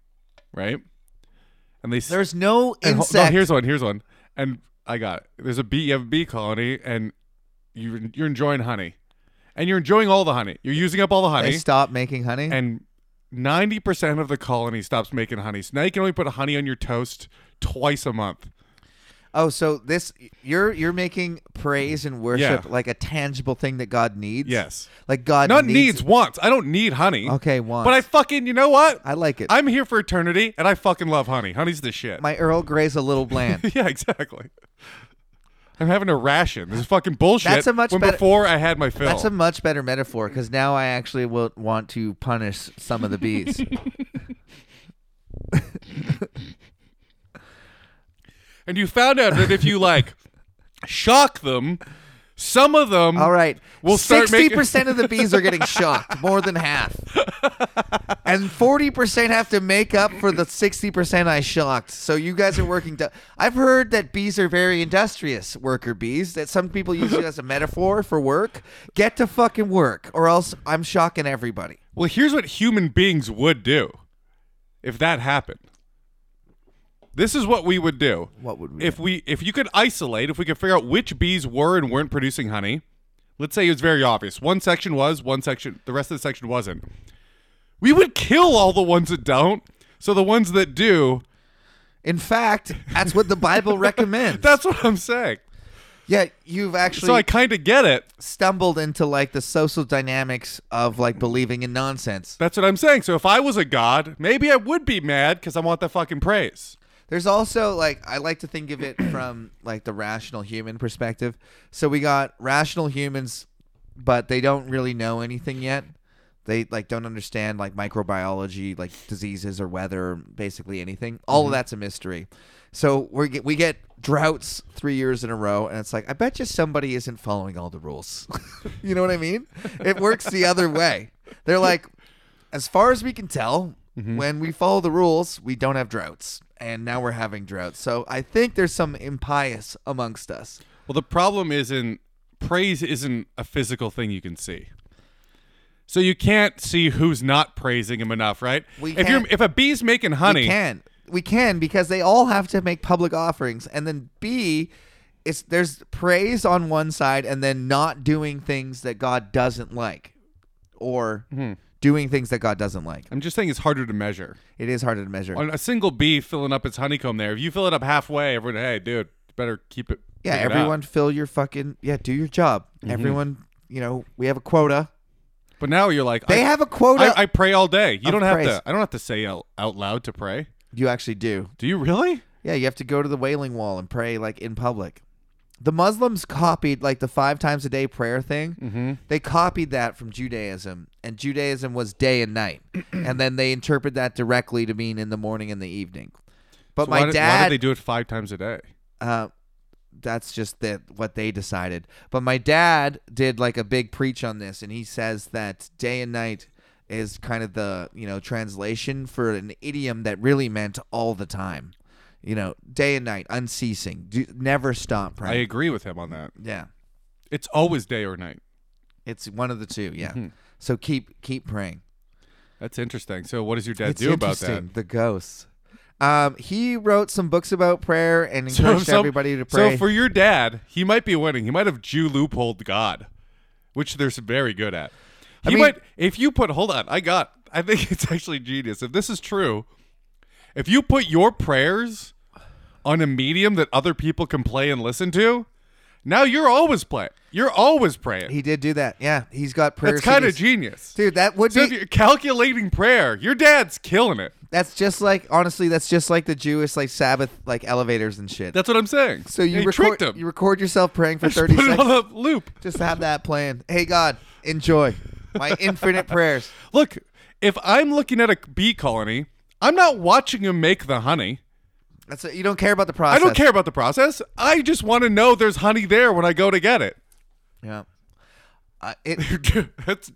[SPEAKER 1] right? And they s-
[SPEAKER 2] There's no
[SPEAKER 1] and ho-
[SPEAKER 2] insect.
[SPEAKER 1] No, here's one. Here's one. And I got it. There's a bee. You have a bee colony, and you're you're enjoying honey, and you're enjoying all the honey. You're using up all the
[SPEAKER 2] they
[SPEAKER 1] honey,
[SPEAKER 2] stopped making honey.
[SPEAKER 1] and ninety percent of the colony stops making honey. So now you can only put honey on your toast twice a month.
[SPEAKER 2] oh, so this you're you're making praise and worship
[SPEAKER 1] Yeah.
[SPEAKER 2] like a tangible thing that God needs.
[SPEAKER 1] Yes.
[SPEAKER 2] like God
[SPEAKER 1] Not
[SPEAKER 2] needs.
[SPEAKER 1] needs, wants. I don't need honey.
[SPEAKER 2] Okay, once.
[SPEAKER 1] But I fucking, you know what?
[SPEAKER 2] I like it.
[SPEAKER 1] I'm here for eternity, and I fucking love honey. Honey's the shit.
[SPEAKER 2] my Earl Grey's a little bland.
[SPEAKER 1] *laughs* yeah, exactly. I'm having a ration. This is fucking bullshit.
[SPEAKER 2] That's a much
[SPEAKER 1] when
[SPEAKER 2] better-
[SPEAKER 1] before I had my fill.
[SPEAKER 2] That's a much better metaphor because now I actually will want to punish some of the
[SPEAKER 1] *laughs*
[SPEAKER 2] bees.
[SPEAKER 1] and you found out that if you like shock them, some of them.
[SPEAKER 2] All right,
[SPEAKER 1] We'll start
[SPEAKER 2] sixty
[SPEAKER 1] making-
[SPEAKER 2] percent of the bees are getting shocked, more than
[SPEAKER 1] *laughs*
[SPEAKER 2] half, and forty percent have to make up for the sixty percent I shocked. So you guys are working. To- I've heard that bees are very industrious worker bees. That some people use it as a metaphor for work. Get to fucking work, or else I'm shocking everybody.
[SPEAKER 1] Well, here's what human beings would do if that happened. This is what we would do.
[SPEAKER 2] What would we
[SPEAKER 1] if we if you could isolate, if we could figure out which bees were and weren't producing honey, let's say it was very obvious. One section was, one section, the rest of the section wasn't. We would kill all the ones that don't. So the ones that do,
[SPEAKER 2] In fact, that's what the
[SPEAKER 1] *laughs*
[SPEAKER 2] Bible recommends.
[SPEAKER 1] that's what I'm saying.
[SPEAKER 2] yeah, you've actually
[SPEAKER 1] So I kind of get it.
[SPEAKER 2] stumbled into like the social dynamics of like believing in nonsense.
[SPEAKER 1] That's what I'm saying. So if I was a god, maybe I would be mad because I want the fucking praise.
[SPEAKER 2] There's also like I like to think of it from like the rational human perspective. So we got rational humans, but they don't really know anything yet. They like don't understand like microbiology, like diseases or weather, basically anything. All of that's a mystery. So we get we get droughts three years in a row, and it's like I bet you somebody isn't following all the rules. *laughs* you know what I mean? It works the other way. They're like, as far as we can tell,
[SPEAKER 1] Mm-hmm.
[SPEAKER 2] when we follow the rules, we don't have droughts. And now we're having droughts. So I think there's some impious amongst us.
[SPEAKER 1] Well, the problem isn't praise isn't a physical thing you can see. So you can't see who's not praising him enough, right?
[SPEAKER 2] We
[SPEAKER 1] if you're
[SPEAKER 2] can't-
[SPEAKER 1] if a bee's making honey,
[SPEAKER 2] We can. We can because they all have to make public offerings. And then B it's there's praise on one side and then not doing things that God doesn't like. Or
[SPEAKER 1] Mm-hmm.
[SPEAKER 2] doing things that God doesn't like.
[SPEAKER 1] I'm just saying it's harder to measure.
[SPEAKER 2] It is harder to measure.
[SPEAKER 1] On a single bee filling up its honeycomb there, if you fill it up halfway, everyone, hey, dude, better keep it.
[SPEAKER 2] yeah,
[SPEAKER 1] keep it Mm-hmm. up."
[SPEAKER 2] everyone fill your fucking yeah, do your job. Everyone, you know, we have a quota.
[SPEAKER 1] But now you're like,
[SPEAKER 2] They
[SPEAKER 1] I,
[SPEAKER 2] have a quota.
[SPEAKER 1] I, I pray all day. You
[SPEAKER 2] of
[SPEAKER 1] don't have
[SPEAKER 2] praise.
[SPEAKER 1] to. I don't have to say out, out loud to pray.
[SPEAKER 2] you actually do.
[SPEAKER 1] Do you really?
[SPEAKER 2] Yeah, you have to go to the wailing wall and pray like in public. The Muslims copied like the five times a day prayer thing. Mm-hmm. They copied that from Judaism, and Judaism was day and
[SPEAKER 1] *clears throat*
[SPEAKER 2] night, and then they interpret that directly to mean in the morning and the evening. But
[SPEAKER 1] So
[SPEAKER 2] my
[SPEAKER 1] why did- Why
[SPEAKER 2] dad,
[SPEAKER 1] did they do it five times a day?
[SPEAKER 2] uh, that's just that what they decided. But my dad did like a big preach on this, and he says that day and night is kind of the you know translation for an idiom that really meant all the time. You know, day and night, unceasing, do, never stop
[SPEAKER 1] I
[SPEAKER 2] praying.
[SPEAKER 1] agree with him on that.
[SPEAKER 2] yeah,
[SPEAKER 1] It's always day or night.
[SPEAKER 2] it's one of the two. Yeah,
[SPEAKER 1] Hmm.
[SPEAKER 2] so keep keep praying.
[SPEAKER 1] That's interesting. So what does your dad
[SPEAKER 2] it's
[SPEAKER 1] do about
[SPEAKER 2] interesting.
[SPEAKER 1] that?
[SPEAKER 2] The ghosts. Um, he wrote some books about prayer and
[SPEAKER 1] So if
[SPEAKER 2] encouraged
[SPEAKER 1] some-
[SPEAKER 2] everybody to pray.
[SPEAKER 1] So for your dad, he might be winning. He might have Jew loopholed God, which they're very good at. He
[SPEAKER 2] mean-
[SPEAKER 1] might if you put hold on, I got I think *laughs* it's actually genius. If this is true, if you put your prayers on a medium that other people can play and listen to, now you're always playing. You're always praying.
[SPEAKER 2] he did do that. Yeah, he's got prayer.
[SPEAKER 1] That's kind of
[SPEAKER 2] CDs.
[SPEAKER 1] genius.
[SPEAKER 2] Dude, that would
[SPEAKER 1] So
[SPEAKER 2] be
[SPEAKER 1] if you're calculating prayer, your dad's killing it.
[SPEAKER 2] That's just like honestly, that's just like the Jewish like Sabbath like elevators and shit.
[SPEAKER 1] That's what I'm saying.
[SPEAKER 2] so you
[SPEAKER 1] He
[SPEAKER 2] record
[SPEAKER 1] tricked him. *laughs*
[SPEAKER 2] you record yourself praying for
[SPEAKER 1] Just
[SPEAKER 2] thirty
[SPEAKER 1] put it
[SPEAKER 2] seconds.
[SPEAKER 1] on a loop.
[SPEAKER 2] Just have that playing. Hey God, enjoy
[SPEAKER 1] *laughs*
[SPEAKER 2] my infinite prayers.
[SPEAKER 1] Look, if I'm looking at a bee colony, I'm not watching them make the honey.
[SPEAKER 2] That's it. You don't care about the
[SPEAKER 1] I
[SPEAKER 2] process.
[SPEAKER 1] don't care about the process. I just want to know there's honey there when I go to get it. *laughs*
[SPEAKER 2] Yeah. Uh, it,
[SPEAKER 1] that's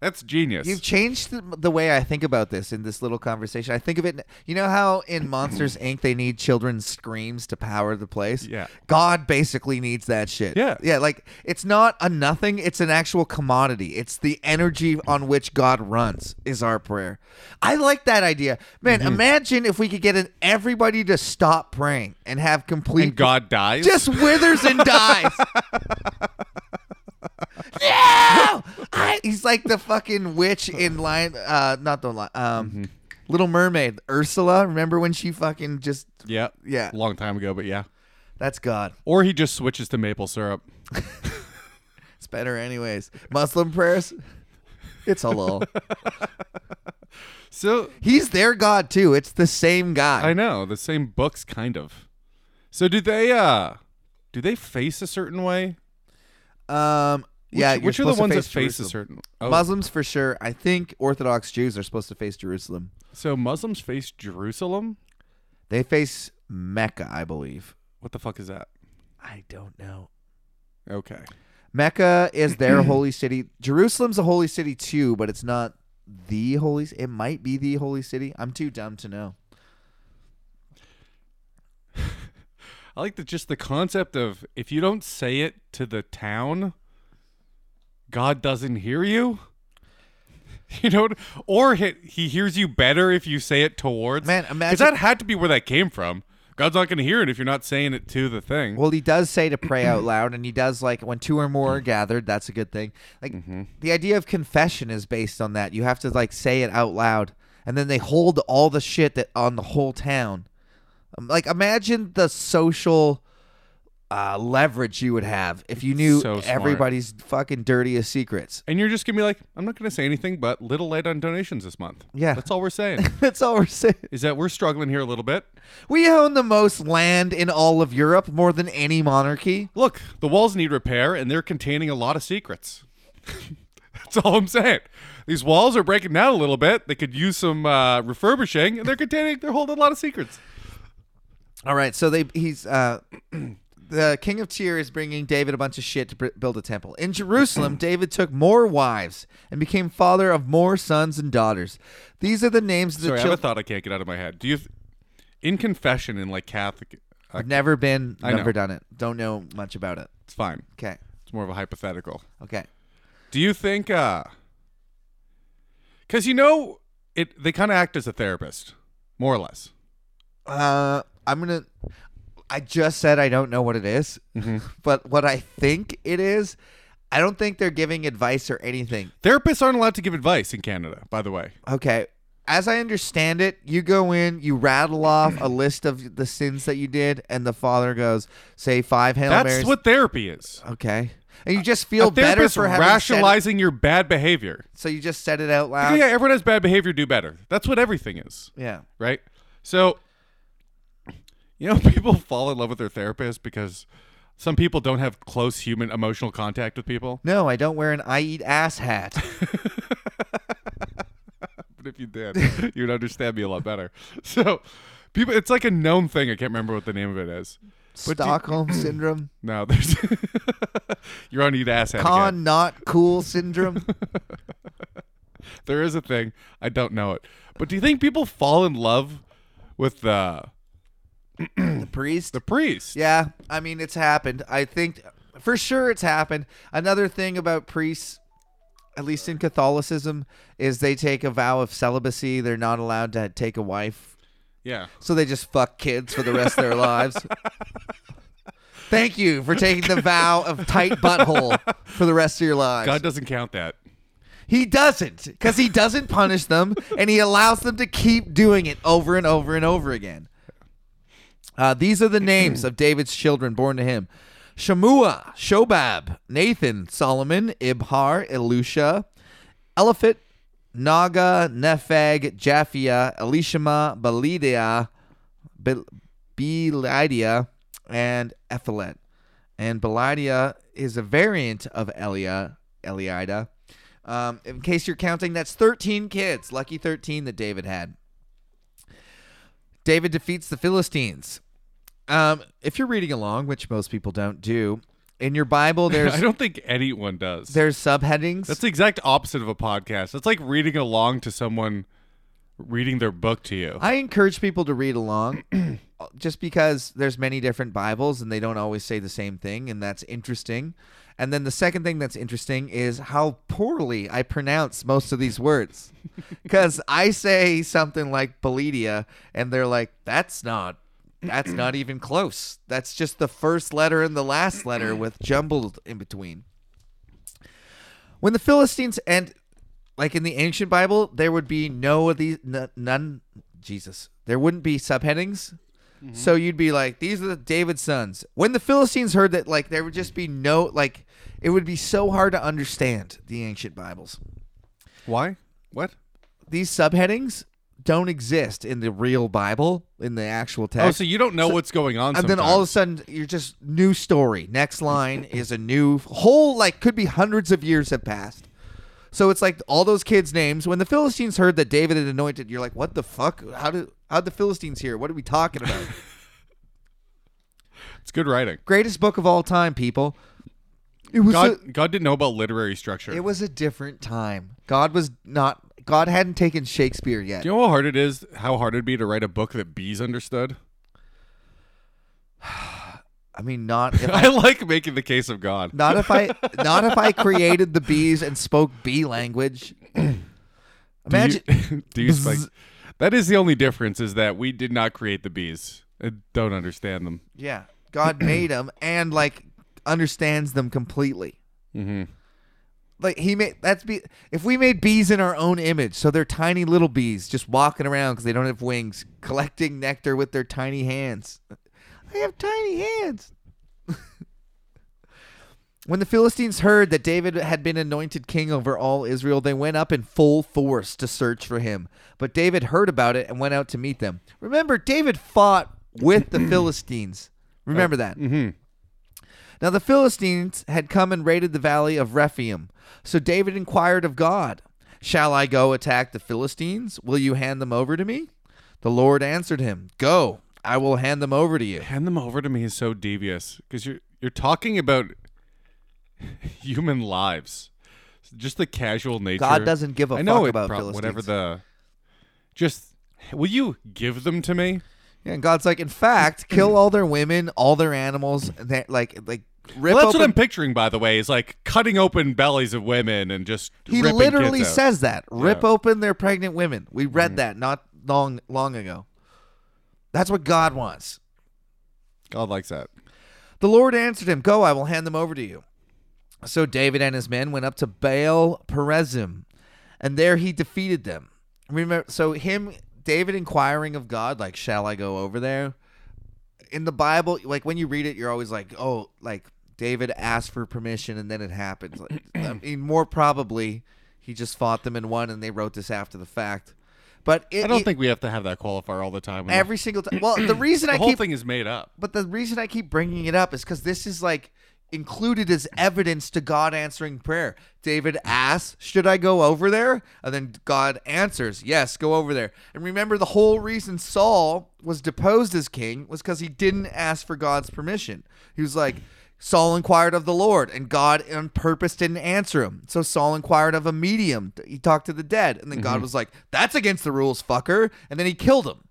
[SPEAKER 1] that's genius.
[SPEAKER 2] You've changed the, the way I think about this in this little conversation. I think of it. You know how in
[SPEAKER 1] *clears throat*
[SPEAKER 2] Monsters Inc. they need children's screams to power the place.
[SPEAKER 1] Yeah.
[SPEAKER 2] God basically needs that shit.
[SPEAKER 1] Yeah.
[SPEAKER 2] yeah. Like it's not a nothing. It's an actual commodity. It's the energy on which God runs is our prayer. I like that idea,
[SPEAKER 1] Mm-hmm.
[SPEAKER 2] man. Imagine if we could get an, everybody to stop praying and have complete
[SPEAKER 1] and God dies.
[SPEAKER 2] just withers and
[SPEAKER 1] *laughs*
[SPEAKER 2] dies. no, I, he's like the fucking witch in Lion, uh, not the Lion, um,
[SPEAKER 1] Mm-hmm.
[SPEAKER 2] Little Mermaid, Ursula. Remember when she fucking just?
[SPEAKER 1] yeah,
[SPEAKER 2] Yeah.
[SPEAKER 1] Long time ago, but yeah.
[SPEAKER 2] That's God.
[SPEAKER 1] Or he just switches to maple syrup.
[SPEAKER 2] It's better, anyways. Muslim prayers. It's
[SPEAKER 1] *laughs*
[SPEAKER 2] halal.
[SPEAKER 1] So
[SPEAKER 2] he's their God too. It's the same
[SPEAKER 1] I
[SPEAKER 2] guy.
[SPEAKER 1] know the same books, kind of. So do they? uh Do they face a certain way?
[SPEAKER 2] Um, yeah. you're
[SPEAKER 1] which, which are the
[SPEAKER 2] supposed to
[SPEAKER 1] ones that face
[SPEAKER 2] Jerusalem.
[SPEAKER 1] a certain? Oh,
[SPEAKER 2] Muslims for sure. I think Orthodox Jews are supposed to face Jerusalem.
[SPEAKER 1] so Muslims face Jerusalem.
[SPEAKER 2] They face Mecca, I believe.
[SPEAKER 1] What the fuck is that?
[SPEAKER 2] I don't know.
[SPEAKER 1] Okay.
[SPEAKER 2] Mecca is
[SPEAKER 1] *clears throat*
[SPEAKER 2] their holy city. Jerusalem's a holy city too, but it's not the holy. c- It might be the holy city. I'm too dumb to know.
[SPEAKER 1] I like the just the concept of if you don't say it to the town, God doesn't hear you. *laughs* You know, what- or he, he hears you better if you say it towards.
[SPEAKER 2] Man,
[SPEAKER 1] 'Cause
[SPEAKER 2] imagine-
[SPEAKER 1] that had to be where that came from. God's not going to hear it if you're not saying it to the thing.
[SPEAKER 2] Well, he does say to pray out loud, and he does like when two or more
[SPEAKER 1] *clears throat*
[SPEAKER 2] are gathered. That's a good thing. Like
[SPEAKER 1] Mm-hmm.
[SPEAKER 2] the idea of confession is based on that. You have to like say it out loud, and then they hold all the shit that on the whole town. Um, Like imagine the social uh, leverage you would have if you knew
[SPEAKER 1] So smart.
[SPEAKER 2] everybody's fucking dirtiest secrets. *laughs*
[SPEAKER 1] and you're just going to be like, I'm not going to say anything, but little late on donations this month.
[SPEAKER 2] Yeah.
[SPEAKER 1] That's all
[SPEAKER 2] *laughs*
[SPEAKER 1] we're saying
[SPEAKER 2] That's all we're saying.
[SPEAKER 1] is that we're struggling here a little bit.
[SPEAKER 2] We own the most land in all of Europe, more than any monarchy.
[SPEAKER 1] Look, the walls need repair and they're containing a lot of secrets. *laughs* That's all I'm saying. These walls are breaking down a little bit. They could use some uh, refurbishing and they're containing, they're holding a lot of secrets.
[SPEAKER 2] All right, so they he's uh *clears throat* the king of Tyr is bringing David a bunch of shit to br- build a temple. In
[SPEAKER 1] *clears throat*
[SPEAKER 2] Jerusalem, David took more wives and became father of more sons and daughters. These are the names of the
[SPEAKER 1] Sorry, I have a
[SPEAKER 2] children.
[SPEAKER 1] thought I can't get out of my head. Do you, in confession in like Catholic, uh,
[SPEAKER 2] I've never been,
[SPEAKER 1] I know.
[SPEAKER 2] never done it. Don't know much about it.
[SPEAKER 1] it's fine.
[SPEAKER 2] Okay,
[SPEAKER 1] It's more of a hypothetical.
[SPEAKER 2] okay.
[SPEAKER 1] Do you think, uh, cause you know, it, they kind of act as a therapist, more or less.
[SPEAKER 2] Uh, I'm gonna. I just said I don't know what it is,
[SPEAKER 1] Mm-hmm.
[SPEAKER 2] *laughs* but what I think it is, I don't think they're giving advice or anything.
[SPEAKER 1] Therapists aren't allowed to give advice in Canada, by the way.
[SPEAKER 2] Okay. As I understand it, you go in, you rattle off
[SPEAKER 1] *clears throat*
[SPEAKER 2] a list of the sins that you did, and the father goes, say five Hail
[SPEAKER 1] That's
[SPEAKER 2] Marys.
[SPEAKER 1] what therapy is.
[SPEAKER 2] okay. And you just
[SPEAKER 1] A
[SPEAKER 2] feel better
[SPEAKER 1] therapist
[SPEAKER 2] for having said
[SPEAKER 1] rationalizing your bad behavior.
[SPEAKER 2] it. So you just said it out
[SPEAKER 1] Yeah,
[SPEAKER 2] loud.
[SPEAKER 1] yeah, everyone has bad behavior. Do better. That's what everything is,
[SPEAKER 2] Yeah.
[SPEAKER 1] right? So, you know, *laughs* people fall in love with their therapist because some people don't have close human emotional contact with people.
[SPEAKER 2] No, I don't wear an I eat ass hat.
[SPEAKER 1] But if you did, *laughs* you'd understand me a lot better. *laughs* So, people, it's like a known thing. I can't remember what the name of it is. *laughs* But do-
[SPEAKER 2] Stockholm
[SPEAKER 1] *clears throat*
[SPEAKER 2] syndrome.
[SPEAKER 1] no, *laughs* there's you're on eat ass hat. again.
[SPEAKER 2] Con not cool syndrome.
[SPEAKER 1] There is a thing. I don't know it. But do you think people fall in love with the
[SPEAKER 2] the priest.
[SPEAKER 1] the priest?
[SPEAKER 2] Yeah, I mean it's happened. I think for sure it's happened. Another thing about priests, at least in Catholicism, is they take a vow of celibacy. They're not allowed to take a wife,
[SPEAKER 1] Yeah.
[SPEAKER 2] so they just fuck kids for the rest of their lives. Thank you for taking the vow of tight butthole for the rest of your lives.
[SPEAKER 1] God doesn't count that. *laughs*
[SPEAKER 2] He doesn't, because he doesn't punish them, and he allows them to keep doing it over and over and over again. Uh, these are the names of David's children born to him: Shemua, Shobab, Nathan, Solomon, Ibhar, Elusha, Eliphit, Naga, Nepheg, Japhia, Elishama, Belidia, Bel- Belidia, and Ephelet. And Belidia is a variant of Elia, Eliada. Um, in case you're counting, that's 13 kids. Lucky 13 that David had. David defeats the Philistines. Um, if you're reading along, which most people don't do, in your Bible, there's
[SPEAKER 1] *laughs* I don't think anyone does.
[SPEAKER 2] there's subheadings.
[SPEAKER 1] That's the exact opposite of a podcast. That's like reading along to someone reading their book to you.
[SPEAKER 2] I encourage people to read along just because there's many different Bibles and they don't always say the same thing and that's interesting. And then the second thing that's interesting is how poorly I pronounce most of these words. Cuz I say something like Belidia and they're like that's not that's not even close. That's just the first letter and the last letter with jumbled in between. When the Philistines and like in the ancient Bible, there would be no of these n- none. Jesus, there wouldn't be subheadings.
[SPEAKER 1] Mm-hmm.
[SPEAKER 2] So you'd be like, these are the David's sons. When the Philistines heard that, like there would just be no like it would be so hard to understand the ancient Bibles.
[SPEAKER 1] Why? What?
[SPEAKER 2] These subheadings don't exist in the real Bible in the actual text.
[SPEAKER 1] Oh, so you don't know what's going on.
[SPEAKER 2] and then all of a sudden you're just new story next *laughs* line is a new whole like could be hundreds of years have passed so it's like all those kids names when the philistines heard that david had anointed you're like what the fuck how did how'd the philistines hear what are we talking *laughs* about
[SPEAKER 1] sometimes. it's good writing.
[SPEAKER 2] greatest book of all time people it was
[SPEAKER 1] God,
[SPEAKER 2] a,
[SPEAKER 1] God didn't know about literary structure.
[SPEAKER 2] it was a different time god was not god hadn't taken shakespeare yet
[SPEAKER 1] Do you know how hard it is? How hard it'd be to write a book that bees understood? *laughs*
[SPEAKER 2] i mean not if *laughs*
[SPEAKER 1] I like making the case of God.
[SPEAKER 2] Not if I not if I created the bees and spoke bee *clears throat* language. Imagine
[SPEAKER 1] Do you, *laughs* do you spike- That is the only difference is that we did not create the bees. I don't understand them.
[SPEAKER 2] Yeah. God made them and like understands them completely.
[SPEAKER 1] Mm-hmm.
[SPEAKER 2] Like he made that's be if we made bees in our own image, so they're tiny little bees just walking around because they don't have wings, collecting nectar with their tiny hands. *laughs* I have tiny hands. when the Philistines heard that David had been anointed king over all Israel, they went up in full force to search for him. But David heard about it and went out to meet them. Remember, David fought with the Philistines. Remember that.
[SPEAKER 1] Mm-hmm.
[SPEAKER 2] Now the Philistines had come and raided the valley of Rephaim. So David inquired of God, Shall I go attack the Philistines? Will you hand them over to me? The Lord answered him, Go, I will hand them over to you.
[SPEAKER 1] Hand them over to me is so devious because you're you're talking about *laughs* human lives, just the casual nature.
[SPEAKER 2] God doesn't give a
[SPEAKER 1] I know
[SPEAKER 2] fuck
[SPEAKER 1] it
[SPEAKER 2] about
[SPEAKER 1] prob- whatever
[SPEAKER 2] Philistines.
[SPEAKER 1] the. Just will you give them to me?
[SPEAKER 2] Yeah, and God's like, In
[SPEAKER 1] *clears throat*
[SPEAKER 2] fact, kill all their women, all their animals, and that like like rip
[SPEAKER 1] Well, that's
[SPEAKER 2] open
[SPEAKER 1] what I'm picturing, by the way, is like cutting open bellies of women and just
[SPEAKER 2] He
[SPEAKER 1] ripping
[SPEAKER 2] literally
[SPEAKER 1] kids out.
[SPEAKER 2] says that. Rip
[SPEAKER 1] Yeah. Mm-hmm.
[SPEAKER 2] open their pregnant women. We read that not long long ago. That's what God wants.
[SPEAKER 1] God likes that.
[SPEAKER 2] The Lord answered him, Go, I will hand them over to you. So David and his men went up to Baal Perazim, and there he defeated them. Remember, so him, David inquiring of God, like, Shall I go over there? In the Bible, like when you read it, you're always like, Oh, like David asked for permission and then it happens. Like,
[SPEAKER 1] *clears throat*
[SPEAKER 2] I mean, more probably he just fought them and won, and they wrote this after the fact. But it,
[SPEAKER 1] I don't
[SPEAKER 2] it-
[SPEAKER 1] think we have to have that qualifier all the time.
[SPEAKER 2] every single time. Well, the reason
[SPEAKER 1] the
[SPEAKER 2] I
[SPEAKER 1] whole
[SPEAKER 2] keep
[SPEAKER 1] thing is made up.
[SPEAKER 2] but the reason I keep bringing it up is because this is like included as evidence to God answering prayer. David asks, Should I go over there? And then God answers, Yes, go over there. And remember, the whole reason Saul was deposed as king was because he didn't ask for God's permission. He was like, Saul inquired of the Lord, and God on purpose didn't answer him. So Saul inquired of a medium. He talked to the dead, and then God was like, That's against the rules, fucker. And then he killed him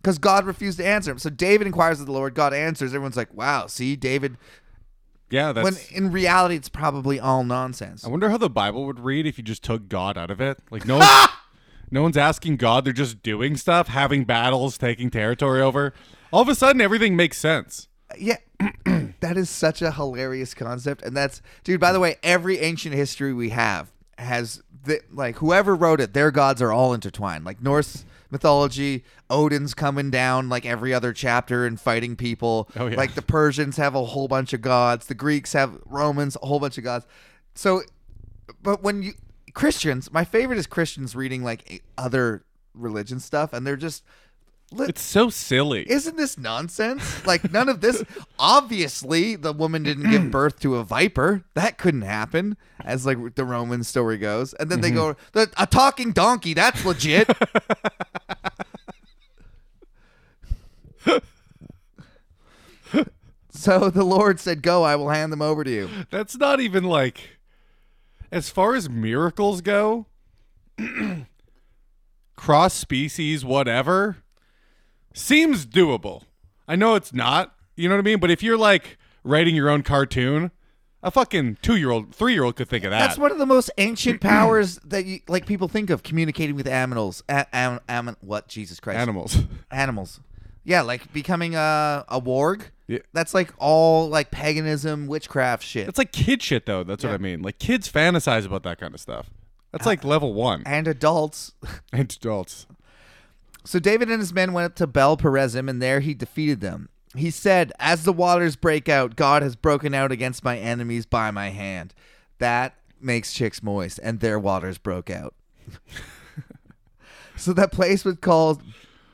[SPEAKER 2] because God refused to answer him. So David inquires of the Lord. God answers. Everyone's like, "Wow, see, David."
[SPEAKER 1] Yeah, that's.
[SPEAKER 2] When in reality, it's probably all nonsense.
[SPEAKER 1] I wonder how the Bible would read if you just took God out of it. Like no, no one's asking God; they're just doing stuff, having battles, taking territory over. All of a sudden, everything makes sense.
[SPEAKER 2] Yeah, *clears throat* that is such a hilarious concept, and that's dude. By the way, every ancient history we have has the, like whoever wrote it, their gods are all intertwined. Like Norse mythology, Odin's coming down like every other chapter and fighting people.
[SPEAKER 1] Oh, yeah.
[SPEAKER 2] Like the Persians have a whole bunch of gods. The Greeks have Romans, a whole bunch of gods. So but when you Christians, my favorite is Christians reading like other religion stuff, and they're just, li-
[SPEAKER 1] It's so silly.
[SPEAKER 2] isn't this nonsense? Like none of this. Obviously, the woman didn't give birth to a viper. That couldn't happen, as like the Roman story goes. And then they go, the, a talking donkey. That's legit. So the Lord said, Go, I will hand them over to you.
[SPEAKER 1] That's not even like as far as miracles go, *clears throat* cross species whatever seems doable. I know it's not, you know what I mean, but if you're like writing your own cartoon, a fucking 2-year-old, 3-year-old could think of that.
[SPEAKER 2] That's one of the most ancient powers that you, like people think of communicating with animals. A- am- am- what? Jesus Christ.
[SPEAKER 1] animals. *laughs*
[SPEAKER 2] Animals. Yeah, like becoming a, a warg.
[SPEAKER 1] Yeah.
[SPEAKER 2] That's like all like paganism, witchcraft shit.
[SPEAKER 1] It's like kid shit though, that's what
[SPEAKER 2] Yeah. Uh,
[SPEAKER 1] I mean. Like kids fantasize about that kind of stuff. That's like level 1
[SPEAKER 2] and adults. *laughs*
[SPEAKER 1] and adults.
[SPEAKER 2] So David and his men went up to Bel Perezim, and there he defeated them. He said, As the waters break out, God has broken out against my enemies by my hand. That makes chicks moist, and their waters broke out. so that place was called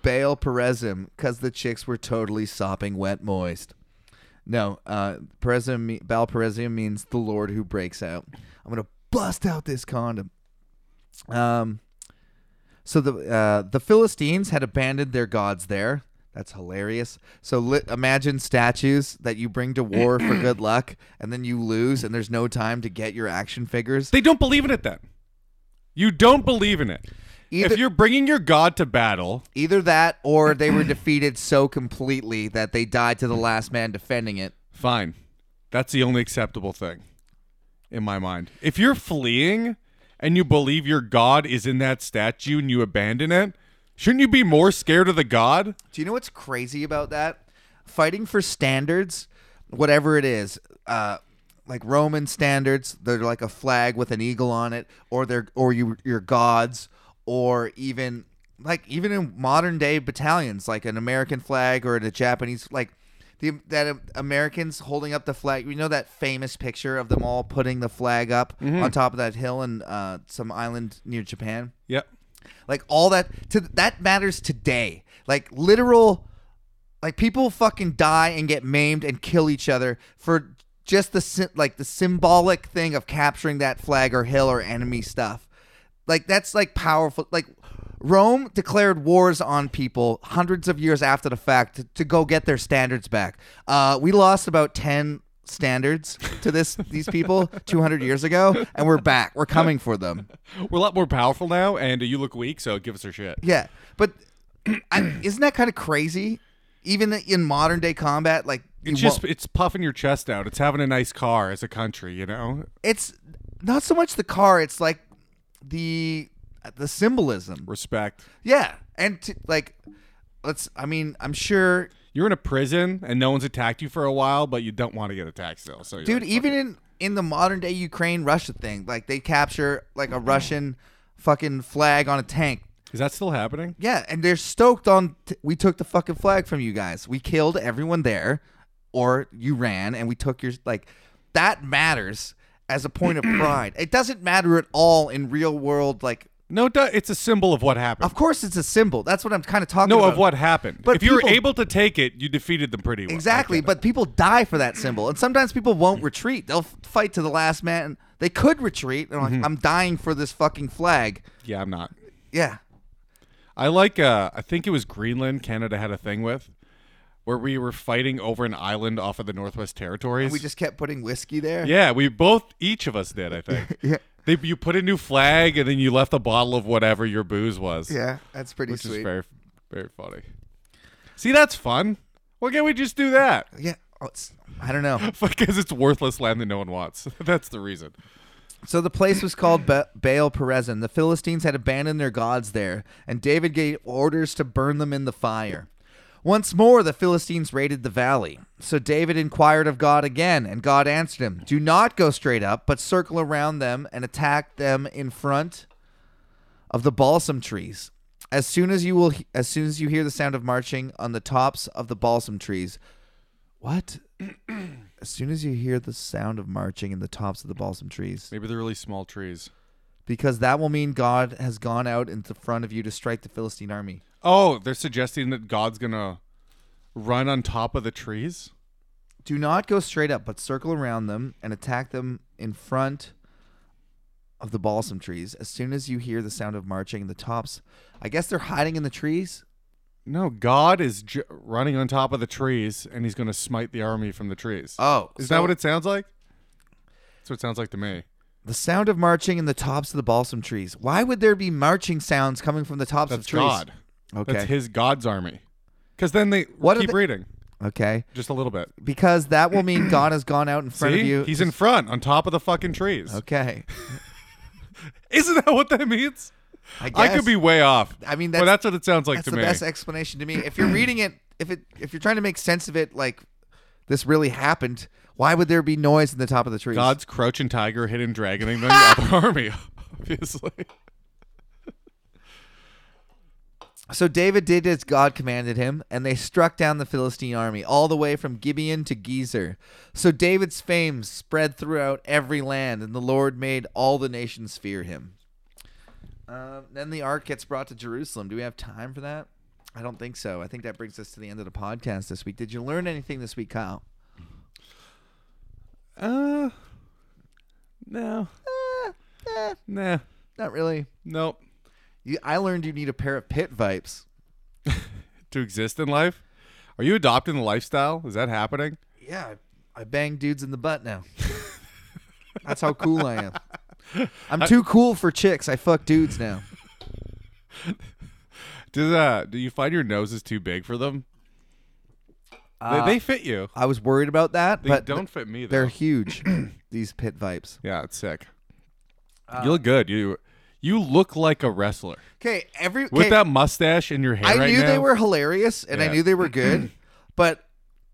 [SPEAKER 2] Baal Perezim because the chicks were totally sopping wet moist. No, uh, Perezim, me- Baal Perezim means the Lord who breaks out. I'm going to bust out this condom. Um, so the uh, the Philistines had abandoned their gods there. That's hilarious. So li- imagine statues that you bring to war for good luck, and then you lose, and there's no time to get your action figures.
[SPEAKER 1] They don't believe in it then. You don't believe in it.
[SPEAKER 2] Either-
[SPEAKER 1] if you're bringing your god to battle,
[SPEAKER 2] Either that, or they were defeated so completely that they died to the last man defending it.
[SPEAKER 1] fine. That's the only acceptable thing in my mind. If you're fleeing and you believe your god is in that statue and you abandon it, shouldn't you be more scared of the god?
[SPEAKER 2] Do you know what's crazy about that? Fighting for standards, whatever it is, uh, like Roman standards, they're like a flag with an eagle on it, or they're or you your gods, or even like even in modern day battalions, like an American flag or a Japanese like. The, that um, Americans holding up the flag, you know that famous picture of them all putting the flag up on top of that hill in uh, some island near Japan
[SPEAKER 1] Yep.
[SPEAKER 2] like all that to that matters today like literal like people fucking die and get maimed and kill each other for just the sy- like the symbolic thing of capturing that flag or hill or enemy stuff like that's like powerful like Rome declared wars on people hundreds of years after the fact to, to go get their standards back. Uh, we lost about 10 standards to this these people 200 years ago and we're back. We're coming for them.
[SPEAKER 1] We're a lot more powerful now and you look weak, so give us our shit.
[SPEAKER 2] Yeah, but I, isn't that kind of crazy? Even in modern day combat, like you
[SPEAKER 1] It's just
[SPEAKER 2] won't-
[SPEAKER 1] it's puffing your chest out. It's having a nice car as a country, you know?
[SPEAKER 2] it's not so much the car; it's like the the symbolism.
[SPEAKER 1] Respect.
[SPEAKER 2] Yeah, and to, like let's. I mean, I'm sure,
[SPEAKER 1] You're in a prison and no one's attacked you for a while, but you don't want to get attacked still. So you're
[SPEAKER 2] dude.
[SPEAKER 1] like,
[SPEAKER 2] Even in in the modern day Ukraine Russia thing, like they capture like
[SPEAKER 1] Mm.
[SPEAKER 2] a Russian fucking flag on a tank.
[SPEAKER 1] is that still happening?
[SPEAKER 2] Yeah, and they're stoked on. T- we took the fucking flag from you guys. We killed everyone there, or you ran, and we took your like. That matters as a
[SPEAKER 1] *clears throat*
[SPEAKER 2] point of pride. It doesn't matter at all in real world. Like,
[SPEAKER 1] No, it do- it's a symbol of what happened.
[SPEAKER 2] of course, it's a symbol. That's what I'm kind of talking
[SPEAKER 1] No,
[SPEAKER 2] about.
[SPEAKER 1] of what happened.
[SPEAKER 2] But
[SPEAKER 1] if you were
[SPEAKER 2] people-
[SPEAKER 1] able to take it, you defeated them pretty well.
[SPEAKER 2] Exactly,
[SPEAKER 1] Okay.
[SPEAKER 2] but people die for that symbol, and sometimes people won't retreat. They'll f- fight to the last man. They could retreat. And like,
[SPEAKER 1] Mm-hmm.
[SPEAKER 2] I'm dying for this fucking flag.
[SPEAKER 1] yeah, I'm not.
[SPEAKER 2] Yeah,
[SPEAKER 1] I like. Uh, I think it was Greenland. Canada had a thing with where we were fighting over an island off of the Northwest Territories.
[SPEAKER 2] we just kept putting whiskey there.
[SPEAKER 1] yeah, we both each of us did. I think.
[SPEAKER 2] *laughs* Yeah.
[SPEAKER 1] They, you put a new flag and then you left a bottle of whatever your booze was.
[SPEAKER 2] yeah, that's pretty
[SPEAKER 1] which
[SPEAKER 2] sweet.
[SPEAKER 1] is very, very funny. See, that's fun. Why can't we just do that? *laughs*
[SPEAKER 2] Yeah, oh, it's, I don't know.
[SPEAKER 1] Because it's worthless land that no one wants. *laughs* that's the reason.
[SPEAKER 2] So the place was called ba- Baal Perezim. The Philistines had abandoned their gods there, and David gave orders to burn them in the fire. Once more, the Philistines raided the valley. So David inquired of God again, and God answered him Do not go straight up, but circle around them and attack them in front of the balsam trees. As soon as you will, as soon as you hear the sound of marching on the tops of the balsam trees, what? *clears throat* as soon as you hear the sound of marching in the tops of the balsam trees,
[SPEAKER 1] Maybe they're really small trees.
[SPEAKER 2] because that will mean God has gone out into front of you to strike the Philistine army.
[SPEAKER 1] Oh, they're suggesting that God's gonna run on top of the trees.
[SPEAKER 2] Do not go straight up, but circle around them and attack them in front of the balsam trees. As soon as you hear the sound of marching in the tops, I guess they're hiding in the trees.
[SPEAKER 1] No, God is j- running on top of the trees, and he's going to smite the army from the trees.
[SPEAKER 2] Oh,
[SPEAKER 1] is
[SPEAKER 2] so-
[SPEAKER 1] that what it sounds like? That's what it sounds like to me.
[SPEAKER 2] The sound of marching in the tops of the balsam trees. Why would there be marching sounds coming from the tops
[SPEAKER 1] That's
[SPEAKER 2] of trees?
[SPEAKER 1] God.
[SPEAKER 2] Okay.
[SPEAKER 1] That's his God's army. Because then they
[SPEAKER 2] What are
[SPEAKER 1] keep
[SPEAKER 2] the-
[SPEAKER 1] reading
[SPEAKER 2] okay.
[SPEAKER 1] just a little bit.
[SPEAKER 2] Because that will mean God has gone out in front
[SPEAKER 1] See,
[SPEAKER 2] of you.
[SPEAKER 1] he's in front on top of the fucking trees. *laughs*
[SPEAKER 2] Okay.
[SPEAKER 1] Isn't that what that means?
[SPEAKER 2] I guess.
[SPEAKER 1] I could be way off.
[SPEAKER 2] I mean,
[SPEAKER 1] but
[SPEAKER 2] that's-
[SPEAKER 1] that's what it sounds like
[SPEAKER 2] That's
[SPEAKER 1] to
[SPEAKER 2] the
[SPEAKER 1] me.
[SPEAKER 2] best explanation to me. If you're reading it, if it if you're trying to make sense of it like this really happened, why would there be noise in the top of the trees?
[SPEAKER 1] God's crouching tiger, hidden
[SPEAKER 2] *laughs*
[SPEAKER 1] dragoning the other army. *laughs* Obviously,
[SPEAKER 2] So David did as God commanded him, and they struck down the Philistine army all the way from Gibeon to Gezer. So David's fame spread throughout every land, and the Lord made all the nations fear him. Um, then the ark gets brought to Jerusalem. Do we have time for that? I don't think so. I think that brings us to the end of the podcast this week. Did you learn anything this week, Kyle?
[SPEAKER 1] uh, no,
[SPEAKER 2] Eh,
[SPEAKER 1] nah,
[SPEAKER 2] not really.
[SPEAKER 1] nope.
[SPEAKER 2] You, I learned you need a pair of pit vipes.
[SPEAKER 1] To exist in life, are you adopting the lifestyle? Is that happening?
[SPEAKER 2] Yeah, I, I bang dudes in the butt *laughs* now. That's how cool I am. I'm too cool for chicks. I fuck dudes now.
[SPEAKER 1] Does uh, do you find your nose is too big for them? they,
[SPEAKER 2] Uh,
[SPEAKER 1] they fit you.
[SPEAKER 2] I was worried about that,
[SPEAKER 1] They
[SPEAKER 2] but
[SPEAKER 1] don't fit me. Though.
[SPEAKER 2] they're *clears throat* huge. these pit vipes.
[SPEAKER 1] Yeah, it's sick. you look good. You you look like a wrestler
[SPEAKER 2] Okay, every
[SPEAKER 1] with
[SPEAKER 2] 'kay,
[SPEAKER 1] that mustache in your hair.
[SPEAKER 2] I
[SPEAKER 1] right
[SPEAKER 2] knew they
[SPEAKER 1] now,
[SPEAKER 2] were hilarious and I
[SPEAKER 1] Yeah.
[SPEAKER 2] knew they
[SPEAKER 1] *clears throat*
[SPEAKER 2] were good, but *laughs*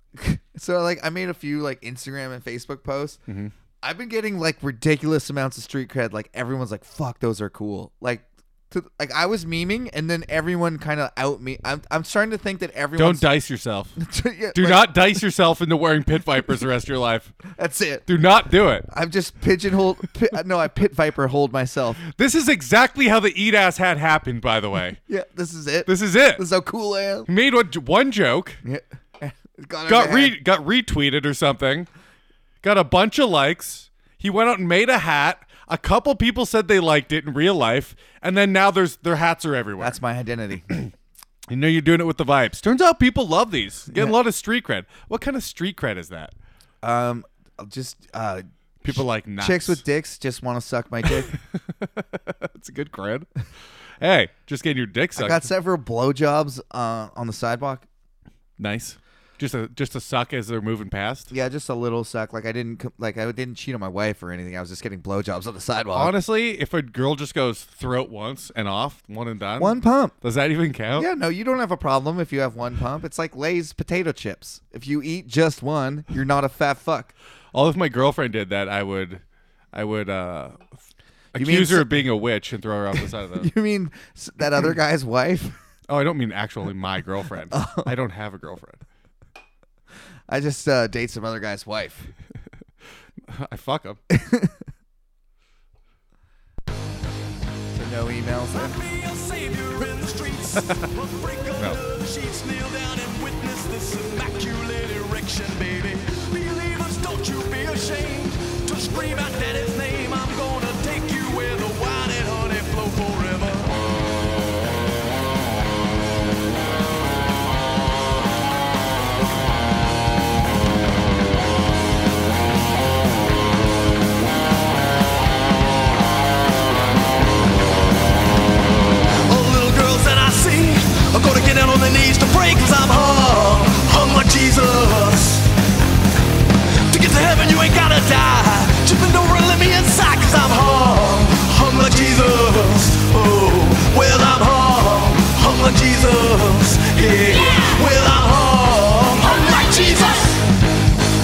[SPEAKER 2] so like I made a few like Instagram and Facebook posts.
[SPEAKER 1] Mm-hmm.
[SPEAKER 2] I've been getting like ridiculous amounts of street cred. Like everyone's like, "Fuck, those are cool." Like, to, like I was memeing, and then everyone kind of out me. I'm I'm starting to think that everyone
[SPEAKER 1] Don't dice yourself.
[SPEAKER 2] Yeah, *laughs*
[SPEAKER 1] Do
[SPEAKER 2] like,
[SPEAKER 1] not dice yourself into wearing pit vipers the rest of your life.
[SPEAKER 2] That's it.
[SPEAKER 1] Do not do it.
[SPEAKER 2] I'm just pigeonhole.
[SPEAKER 1] *laughs*
[SPEAKER 2] Pi, no, I pit viper hold myself.
[SPEAKER 1] This is exactly how the eat ass hat happened, by the way.
[SPEAKER 2] Yeah, this is it.
[SPEAKER 1] This is it.
[SPEAKER 2] This is how cool I am.
[SPEAKER 1] Made one, one joke,
[SPEAKER 2] Yeah. *laughs* Got,
[SPEAKER 1] got
[SPEAKER 2] read.
[SPEAKER 1] re- got retweeted or something, got a bunch of likes. He went out and made a hat. A couple people said they liked it in real life, and then now there's their hats are everywhere.
[SPEAKER 2] That's my identity. *clears throat*
[SPEAKER 1] you know you're doing it with the vibes. Turns out people love these. Getting a lot of street cred. What kind of street cred is that?
[SPEAKER 2] um, I'll just uh,
[SPEAKER 1] People like nuts.
[SPEAKER 2] chicks with dicks just want to *laughs* suck my dick.
[SPEAKER 1] *laughs* That's a good cred. hey, just getting your dick
[SPEAKER 2] I
[SPEAKER 1] sucked.
[SPEAKER 2] got several blowjobs uh, on the sidewalk.
[SPEAKER 1] nice. Just a just a suck as they're moving past.
[SPEAKER 2] Yeah, just a little suck. Like I didn't co- like I didn't cheat on my wife or anything. I was just getting blowjobs on the sidewalk.
[SPEAKER 1] Honestly, if a girl just goes throat once and off, one and done,
[SPEAKER 2] One pump.
[SPEAKER 1] does that even count?
[SPEAKER 2] Yeah, no, you don't have a problem if you have one pump. It's like Lay's potato chips. If you eat just one, you're not a fat fuck. *laughs*
[SPEAKER 1] All if my girlfriend did that, I would, I would uh,
[SPEAKER 2] You mean
[SPEAKER 1] accuse her
[SPEAKER 2] s-
[SPEAKER 1] of being a witch and throw her off the side of
[SPEAKER 2] *laughs*
[SPEAKER 1] the.
[SPEAKER 2] You mean s- that other guy's wife? *laughs*
[SPEAKER 1] Oh, I don't mean actually my girlfriend.
[SPEAKER 2] Oh.
[SPEAKER 1] I don't have a girlfriend. *laughs*
[SPEAKER 2] I just uh, date some other guy's wife.
[SPEAKER 1] I fuck up.
[SPEAKER 2] So no emails. There.
[SPEAKER 3] Be a savior in the streets. Well, break under the sheets, kneel down and witness this immaculate erection, baby. Believers, don't you be ashamed to scream out daddy's name. I'm gonna take you where the wine and honey flow forever. All the little girls that I see are gonna get down on their knees to pray cause I'm hung, hung like Jesus. To get to heaven, you ain't gotta die. Just bend over and let me inside cause I'm hung, hung like Jesus. Oh, well, I'm hung, hung like Jesus. Yeah, well, I'm hung, hung like Jesus.